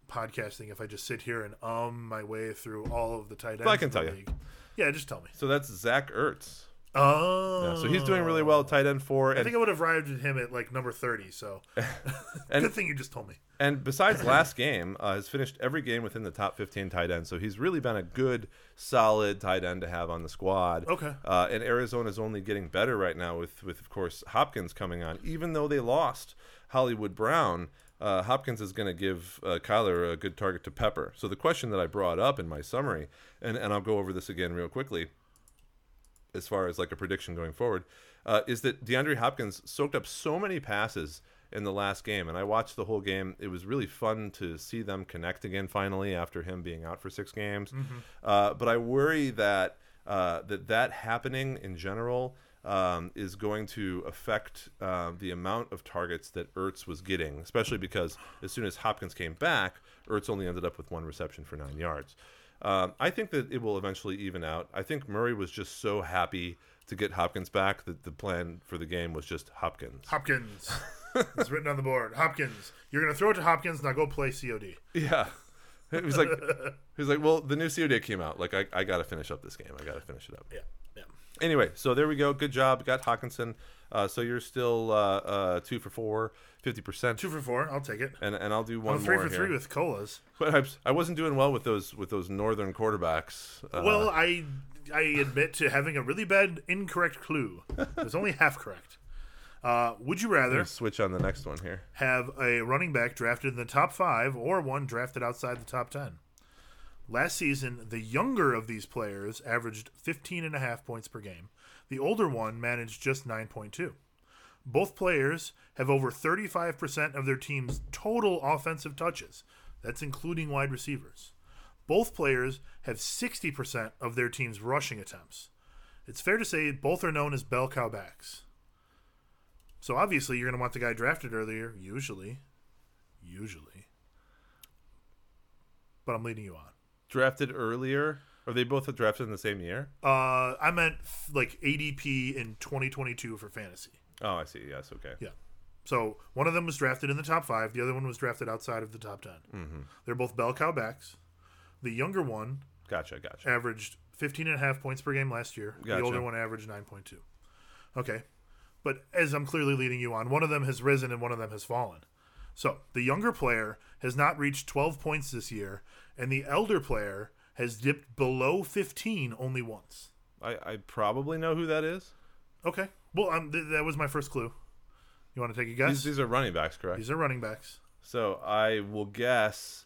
podcasting if I just sit here and um my way through all of the tight ends.
I can
in the
tell you.
league. Yeah, just tell me.
So that's Zach Ertz.
Oh.
Yeah, so he's doing really well, tight end four,
I think
and
I would have arrived at him at like number 30,
[laughs]
so [laughs] good thing you just told me.
and besides last game, uh, has finished every game within the top 15 tight end. So he's really been a good, solid tight end to have on the squad.
Okay.
Uh, and Arizona's only getting better right now with, with of course, Hopkins coming on. Even though they lost Hollywood Brown, uh, Hopkins is going to give uh, Kyler a good target to pepper. So the question that I brought up in my summary, and, and I'll go over this again real quickly as far as like a prediction going forward, uh, is that DeAndre Hopkins soaked up so many passes in the last game, and I watched the whole game. It was really fun to see them connect again finally after him being out for six games. Uh, but I worry that uh, that that happening in general. Um, is going to affect uh, the amount of targets that Ertz was getting, especially because as soon as Hopkins came back, Ertz only ended up with one reception for nine yards. Um, I think that it will eventually even out. I think Murray was just so happy to get Hopkins back that the plan for the game was just Hopkins.
Hopkins. it's written on the board. Hopkins. You're going to throw it to Hopkins, now go play COD.
[laughs] Yeah. He was like, he was like, well, the new COD came out. Like, I, I got to finish up this game. I got to finish it up.
Yeah. Yeah.
Anyway, so there we go. Good job. Got Hawkinson. Uh, so you're still uh, uh, two for four, 50%.
Two for four. I'll take it.
and, and I'll do one
I'm three
more
for
here.
three with colas.
But I, I wasn't doing well with those with those northern quarterbacks. Uh,
Well, I I admit to having a really bad incorrect clue. It was only half correct. Uh, would you
[laughs]
rather
switch on the next one here.
have a running back drafted in the top five or one drafted outside the top ten? Last season, the younger of these players averaged 15 and a half points per game. The older one managed just 9.2. Both players have over 35% of their team's total offensive touches. That's including wide receivers. Both players have 60% of their team's rushing attempts. It's fair to say both are known as bell cow backs. So obviously, you're going to want the guy drafted earlier, usually. Usually. But I'm leading you on.
Drafted earlier. Are they both drafted in the same year?
Uh, I meant f- like ADP in 2022 for fantasy.
Oh, I see. Yes. Okay.
Yeah. So one of them was drafted in the top five. The other one was drafted outside of the top 10 Mm-hmm. They're both bell cow backs. The younger one
Gotcha. Gotcha.
averaged 15 and a half points per game last year.
Gotcha.
The older one averaged 9.2. Okay. But as I'm clearly leading you on, one of them has risen and one of them has fallen. So the younger player has not reached 12 points this year, and the elder player has dipped below 15 only once.
I, I probably know who that is.
Okay. Well, um, th- that was my first clue. You want to take a
These,
guess? These,
these are running backs, correct?
are running backs.
so I will guess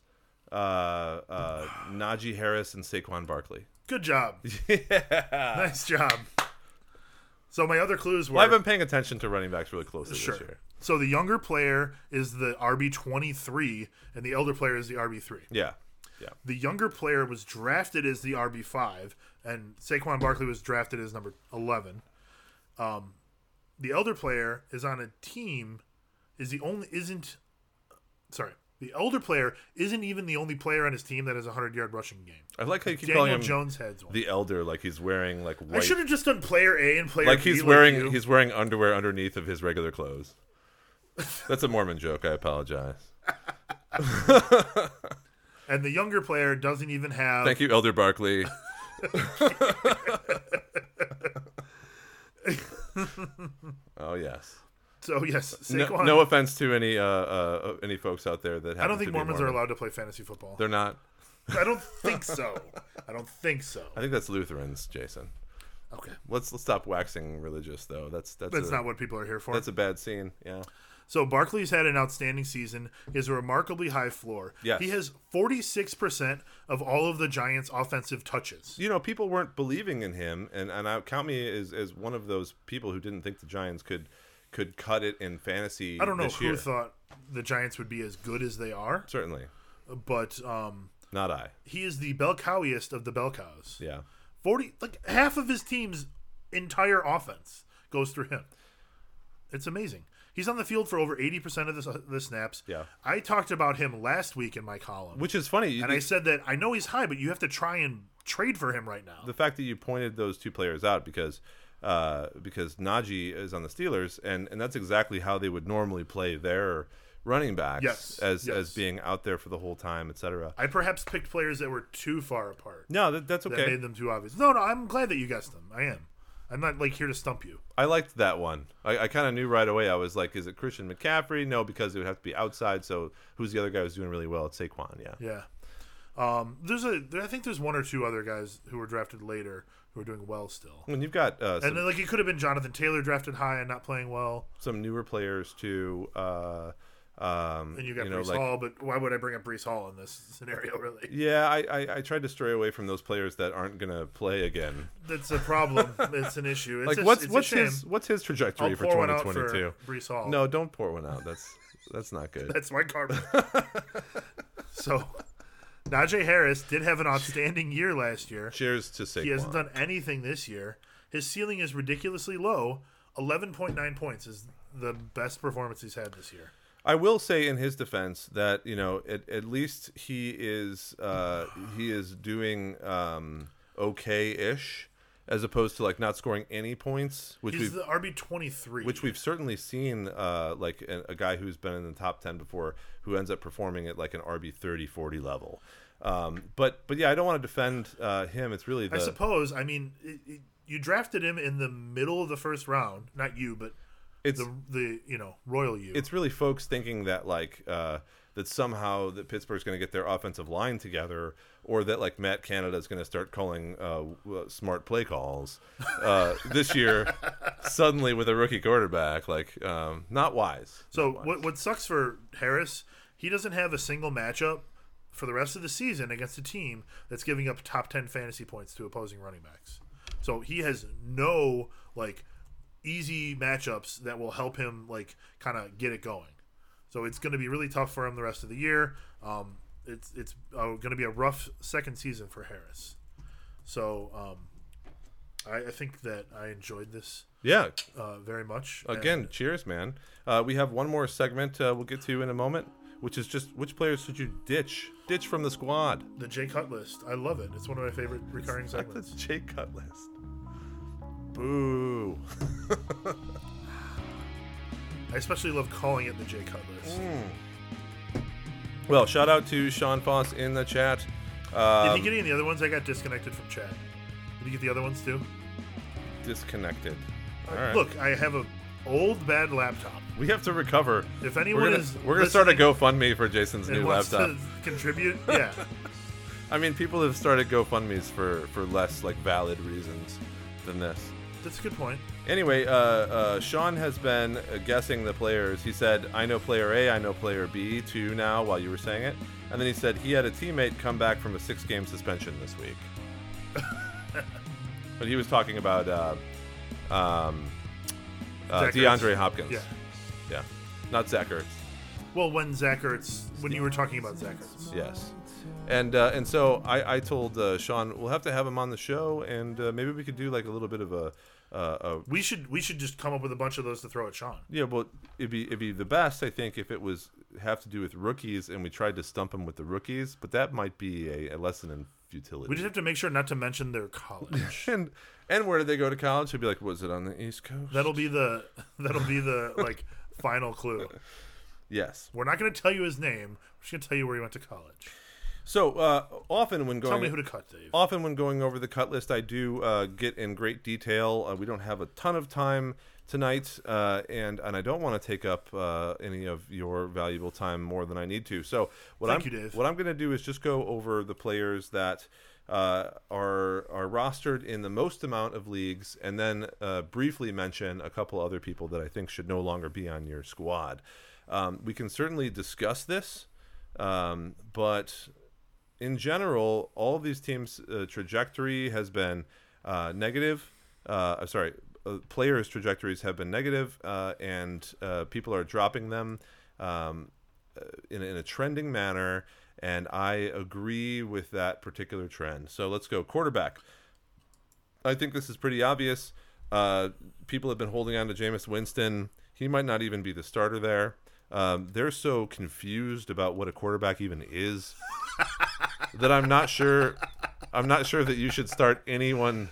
uh, uh, Najee Harris and Saquon Barkley.
Good job.
[laughs] yeah.
Nice job. So my other clues were
Well, I've been paying attention to running backs really closely
sure.
this year.
So the younger player is the RB twenty three, and the elder player is the RB three.
Yeah. Yeah.
The younger player was drafted as the RB five, and Saquon Barkley was drafted as number eleven. Um, the elder player is on a team, is the only isn't, sorry, the elder player isn't even the only player on his team that has a hundred yard rushing game.
I like how you keep calling
Daniel
him
Jones heads one.
the elder, like he's wearing like
I
white,
should have just done player A and player
like
B.
he's wearing
you.
he's wearing underwear underneath of his regular clothes. That's a Mormon joke. I apologize.
and the younger player doesn't even have
Thank you,
[laughs]
Elder Barkley. oh yes.
So yes,
No,
Saquon.
no offense to any uh, uh, any folks out there that
I don't
happen
think
to be
Mormons are
Mormon.
allowed to play fantasy football.
They're not.
I
[laughs]
don't think so. I don't think so.
I think that's Lutherans, Jason.
Okay,
Let's let's stop waxing religious though. That's that's
that's
a,
not what people are here for.
that's a bad scene. Yeah.
So Barkley's had an outstanding season. He has a remarkably high floor.
Yes.
he has forty six percent of all of the Giants' offensive touches.
you know, people weren't believing in him, and and I count me as as one of those people who didn't think the Giants could could cut it in fantasy.
I don't know
this
who
year.
thought the Giants would be as good as they are,
Certainly
but um,
not I.
he is the bell cowiest of the bell cows.
Yeah,
Forty, like half of his team's entire offense goes through him. It's amazing. He's on the field for over eighty percent of uh, the, the snaps.
Yeah.
I talked about him last week in my column,
which is funny.
and
the,
I said that I know he's high, but you have to try and trade for him right now.
the fact that you pointed those two players out because. Uh, because Najee is on the Steelers, and, and that's exactly how they would normally play their running backs
Yes,
as
yes.
as being out there for the whole time, etc.
I perhaps picked players that were too far apart
No, that, that's
that
okay.
made them too obvious. No, no, I'm glad that you guessed them. I am. I'm not like here to stump you.
I liked that one. I, I kind of knew right away. I was like, is it Christian McCaffrey? No, because it would have to be outside. So who's the other guy who's doing really well? It's Saquon. Yeah.
Yeah. Um, there's a there, I think there's one or two other guys who were drafted later who are doing well still.
And you've got uh, some,
And then, like it could have been Jonathan Taylor drafted high and not playing well,
some newer players too. Uh, um,
and you got
you know,
Brees
like
Hall. But why would I bring up Brees Hall in this scenario? [laughs] Really,
yeah, I, I I tried to stray away from those players that aren't gonna play again.
that's a problem. it's an issue. It's
Like
a,
what's
it's
what's
a shame.
his what's his trajectory
I'll
for
pour one out
2022?
for Brees Hall.
No, don't pour one out. That's that's
[laughs]
not good.
That's my
[laughs]
karma. so, Najee Harris did have an outstanding year last year.
Cheers to Saquon.
He hasn't done anything this year. His ceiling is ridiculously low. 11.9 points is the best performance he's had this year.
I will say in his defense that you know at, at least he is uh, he is doing um, okay ish as opposed to like not scoring any points, which
He's
we've
the RB 23.
which we've certainly seen uh, like a, a guy who's been in the top 10 before who ends up performing at like an RB 30 40 level. Um, but but yeah, I don't want to defend uh, him. It's really the
I suppose. I mean, it, it, you drafted him in the middle of the first round. Not you, but
it's
the the you know royal you.
it's really folks thinking that like uh, that somehow that Pittsburgh's going to get their offensive line together, or that like Matt Canada is going to start calling uh, w- uh, smart play calls uh, this
[laughs]
year. Suddenly, with a rookie quarterback, like um, not wise.
So what what sucks for Harris, he doesn't have a single matchup for the rest of the season against a team that's giving up top 10 fantasy points to opposing running backs. So he has no like easy matchups that will help him like kind of get it going. So it's going to be really tough for him the rest of the year. Um, it's it's uh, going to be a rough second season for Harris. So um, I, I think that I enjoyed this
Yeah.
uh, very much. and-
Again, cheers, man. Uh, we have one more segment uh, we'll get to in a moment, which is just which players should you ditch ditch from the squad?
The Jay Cut list. I love it. It's one of my favorite recurring
That's
segments.
Jay Cutlass. Boo.
I especially love calling it the Jay Cut list.
Well, shout out to Sean Foss in the chat.
Did
Um,
he get any of the other ones? I got disconnected from chat. Did he get the other ones too?
disconnected. All right.
Look, I have a old bad laptop.
we have to recover.
If
We're
anyone
gonna,
is
we're gonna start a
listening
GoFundMe for Jason's
and
new
wants
laptop.
to contribute, yeah,
[laughs] I mean, people have started GoFundmes for for less like valid reasons than this.
that's a good point.
Anyway, uh, uh, Sean has been uh, guessing the players. He said, "I know player A, I know player B too." Now, while you were saying it, and then he said he had a teammate come back from a six-game suspension this week.
[laughs]
but he was talking about uh, um, uh,
Zach Ertz.
DeAndre Hopkins.
Yeah.
Yeah. Not Zach Ertz.
Well, when Zach Ertz, when you were talking about Zach Ertz,
Yes. And uh, and so I, I told uh, Sean we'll have to have him on the show, and uh, maybe we could do like a little bit of a, uh, a
We should we should just come up with a bunch of those to throw at Sean.
yeah. Well, it'd be it'd be the best I think if it was have to do with rookies, and we tried to stump him with the rookies, but that might be a, a lesson in futility.
We just have to make sure not to mention their college.
and and where did they go to college? He'd be like, was it on the East Coast?
That'll be the [laughs] that'll be the like final clue.
yes.
We're not going to tell you his name. We're just going to tell you where he went to college.
So uh, often when going
Tell me who to cut, Dave.
often when going over the cut list, I do uh, get in great detail. Uh, we don't have a ton of time tonight, uh, and and I don't want to take up uh, any of your valuable time more than I need to. So what
Thank
I'm
you, Dave.
what I'm going to do is just go over the players that. Uh, are are rostered in the most amount of leagues, and then uh, briefly mention a couple other people that I think should no longer be on your squad. Um, we can certainly discuss this, um, but in general, all of these teams' uh, trajectory has been uh, negative. Uh, I'm sorry, uh, players' trajectories have been negative, uh, and uh, people are dropping them um, uh, in, in a trending manner. And I agree with that particular trend. So let's go quarterback. I think this is pretty obvious. Uh, people have been holding on to Jameis Winston. He might not even be the starter there. Um, they're so confused about what a quarterback even is that I'm not sure. I'm not sure that you should start anyone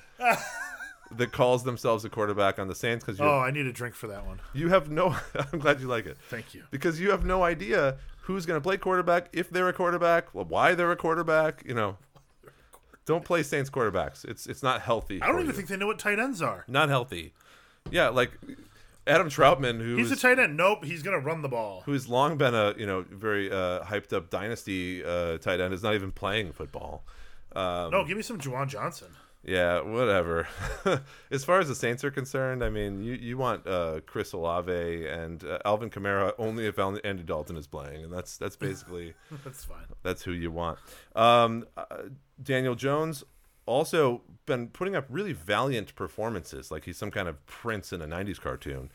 that calls themselves a quarterback on the Saints because you
Oh, I need a drink for that one.
you have no. [laughs] I'm glad you like it
Thank you.
because you have no idea who's going to play quarterback if they're a quarterback, why they're a quarterback. You know, don't play Saints quarterbacks. It's it's not healthy.
I don't
for
even
you.
think they know what tight ends are.
not healthy. Yeah, like Adam Troutman, who
He's a
is-
tight end. Nope, he's going to run the ball.
who's long been a you know very uh, hyped up dynasty uh, tight end, is not even playing football. Um,
No, give me some Juwan Johnson. [laughs]
Yeah, whatever. [laughs] as far as the Saints are concerned, I mean, you, you want uh, Chris Olave and uh, Alvin Kamara only if Al- Andy Dalton is playing, and that's that's basically
That's fine.
that's who you want. Um, uh, Daniel Jones also been putting up really valiant performances, like he's some kind of prince in a '90s cartoon.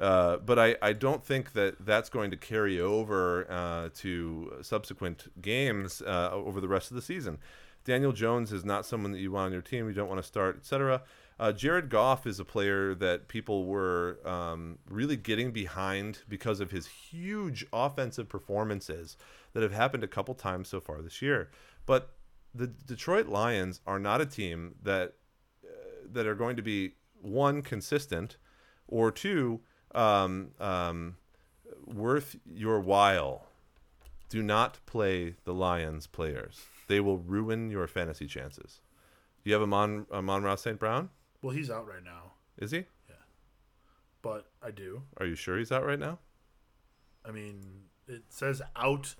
Uh, but I, I don't think that that's going to carry over uh, to subsequent games uh, over the rest of the season. Daniel Jones is not someone that you want on your team. You don't want to start, etc. Uh, Jared Goff is a player that people were um, really getting behind because of his huge offensive performances that have happened a couple times so far this year. But the Detroit Lions are not a team that uh, that are going to be one consistent or two um, um, worth your while. Do not play the Lions players. They will ruin your fantasy chances. Do you have Amon Amon Ross St. Brown?
Well, he's out right now,
Is he?
but I do.
Are you sure he's out right now?
I mean, it says
[laughs]
out.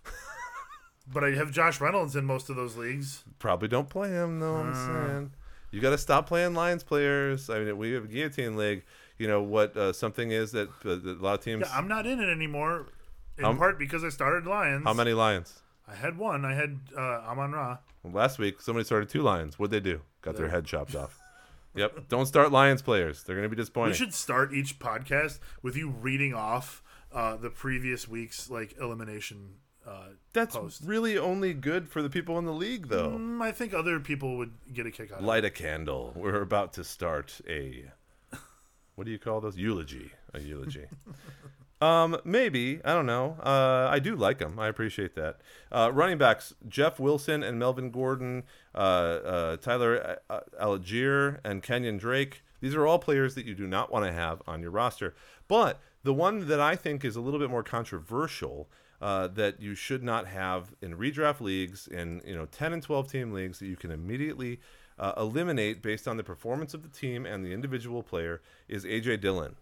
but I have Josh Reynolds in most of those leagues.
Probably don't play him though. I'm saying you got to stop playing Lions players. I mean, we have a guillotine league. You know what uh, something is that, uh, that a lot of teams.
Yeah, I'm not in it anymore, in
Um,
part because I started Lions.
how many Lions?
I had one. I had uh, Amon Ra.
Last week, somebody started two lions. What'd they do? Got their head chopped off. Yep. Don't start lions players. They're going to be
We
disappointed.
should start each podcast with you reading off uh, the previous week's like elimination. Uh,
That's
post.
really only good for the people in the league, though.
mm, I think other people would get a kick out of it.
Light a candle. We're about to start a. What do you call those? Eulogy. A eulogy. um, maybe I don't know. Uh, I do like them. I appreciate that. Uh, running backs: Jeff Wilson and Melvin Gordon, uh, uh, Tyler uh, Algier and Kenyon Drake. These are all players that you do not want to have on your roster. But the one that I think is a little bit more controversial uh, that you should not have in redraft leagues, in you know 10 and 12 team leagues, that you can immediately uh, eliminate based on the performance of the team and the individual player, is AJ Dillon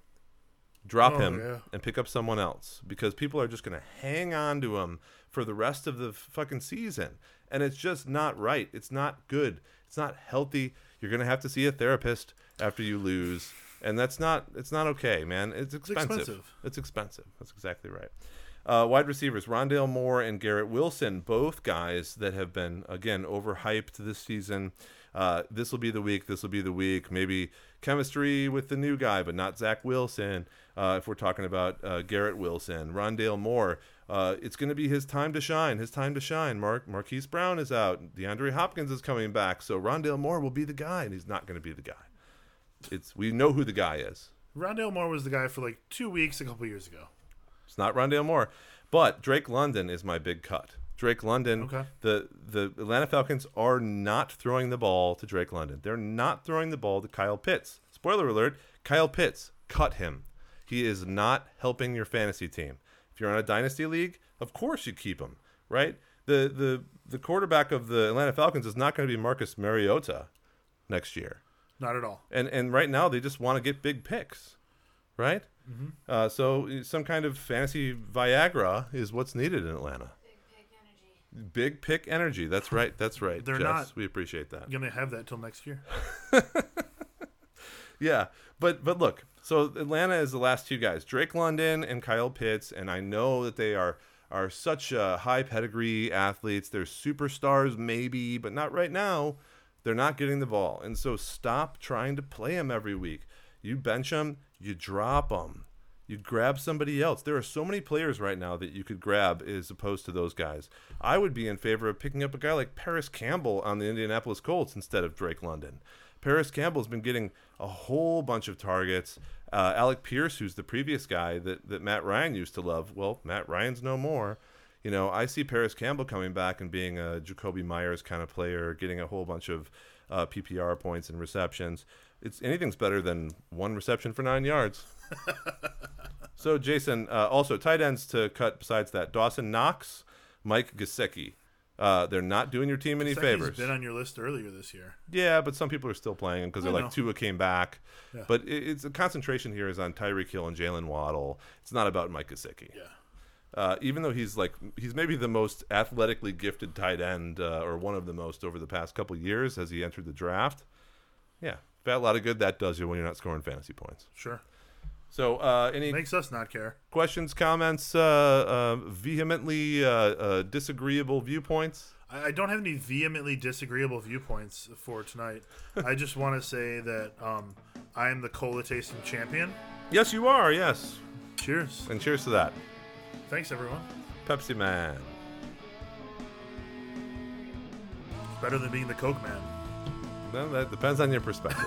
drop
Oh,
him
yeah.
and pick up someone else because people are just going to hang on to him for the rest of the fucking season and it's just not right it's not good it's not healthy you're going to have to see a therapist after you lose and that's not it's not okay man it's expensive it's
expensive.
expensive, that's exactly right uh, wide receivers rondale moore and garrett wilson both guys that have been again overhyped this season uh, this will be the week this will be the week maybe chemistry with the new guy, but not Zach Wilson. Uh, if we're talking about uh, Garrett Wilson, Rondale Moore, uh, it's going to be his time to shine. His time to shine. Mark Marquise Brown is out. DeAndre Hopkins is coming back. So Rondale Moore will be the guy, and he's not going to be the guy. It's we know who the guy is.
Rondale Moore was the guy for like two weeks a couple years ago.
It's not Rondale Moore, but Drake London is my big cut. Drake London.
Okay.
The the Atlanta Falcons are not throwing the ball to Drake London. They're not throwing the ball to Kyle Pitts. Spoiler alert: Kyle Pitts cut him. He is not helping your fantasy team. If you're on a dynasty league, of course you keep him, right? The the the quarterback of the Atlanta Falcons is not going to be Marcus Mariota next year
Not at all.
and and right now they just want to get big picks, right?
Mm-hmm.
Uh, so some kind of fantasy Viagra is what's needed in Atlanta. Big pick energy. That's right. That's right.
They're
Jess.
not-
We appreciate that.
Gonna have that till next year.
Yeah, but but look, so Atlanta is the last two guys, Drake London and Kyle Pitts, and I know that they are are such uh, high pedigree athletes. They're superstars, maybe, but not right now. They're not getting the ball, and so stop trying to play them every week. You bench them, you drop them, you grab somebody else. There are so many players right now that you could grab as opposed to those guys. I would be in favor of picking up a guy like Paris Campbell on the Indianapolis Colts instead of Drake London. Paris Campbell's been getting a whole bunch of targets. Uh, Alec Pierce, who's the previous guy that, that Matt Ryan used to love, well, Matt Ryan's no more. You know, I see Paris Campbell coming back and being a Jacoby Myers kind of player, getting a whole bunch of uh, PPR points and receptions. It's anything's better than one reception for nine yards. so, Jason, uh, also tight ends to cut besides that: Dawson Knox, Mike Gesicki. Uh, they're not doing your team any
Saki's
favors.
been on your list earlier this year.
Yeah, but some people are still playing him because they're
I
like
know.
Tua came back. But it, it's the concentration here is on Tyreek Hill and Jalen Waddle. It's not about Mike Gesicki.
Yeah.
Uh, even though he's like he's maybe the most athletically gifted tight end uh, or one of the most over the past couple years as he entered the draft. Yeah, fat lot of good that does you when you're not scoring fantasy points.
Sure.
So uh, any
Makes us not care.
questions, comments, uh, uh, vehemently uh, uh, disagreeable viewpoints?
I, I don't have any vehemently disagreeable viewpoints for tonight. I just want to say that um, I am the cola tasting champion.
Yes, you are. Yes,
Cheers.
and cheers to that,
Thanks, everyone.
Pepsi Man.
It's better than being the Coke man.
[laughs] No, that depends on your perspective.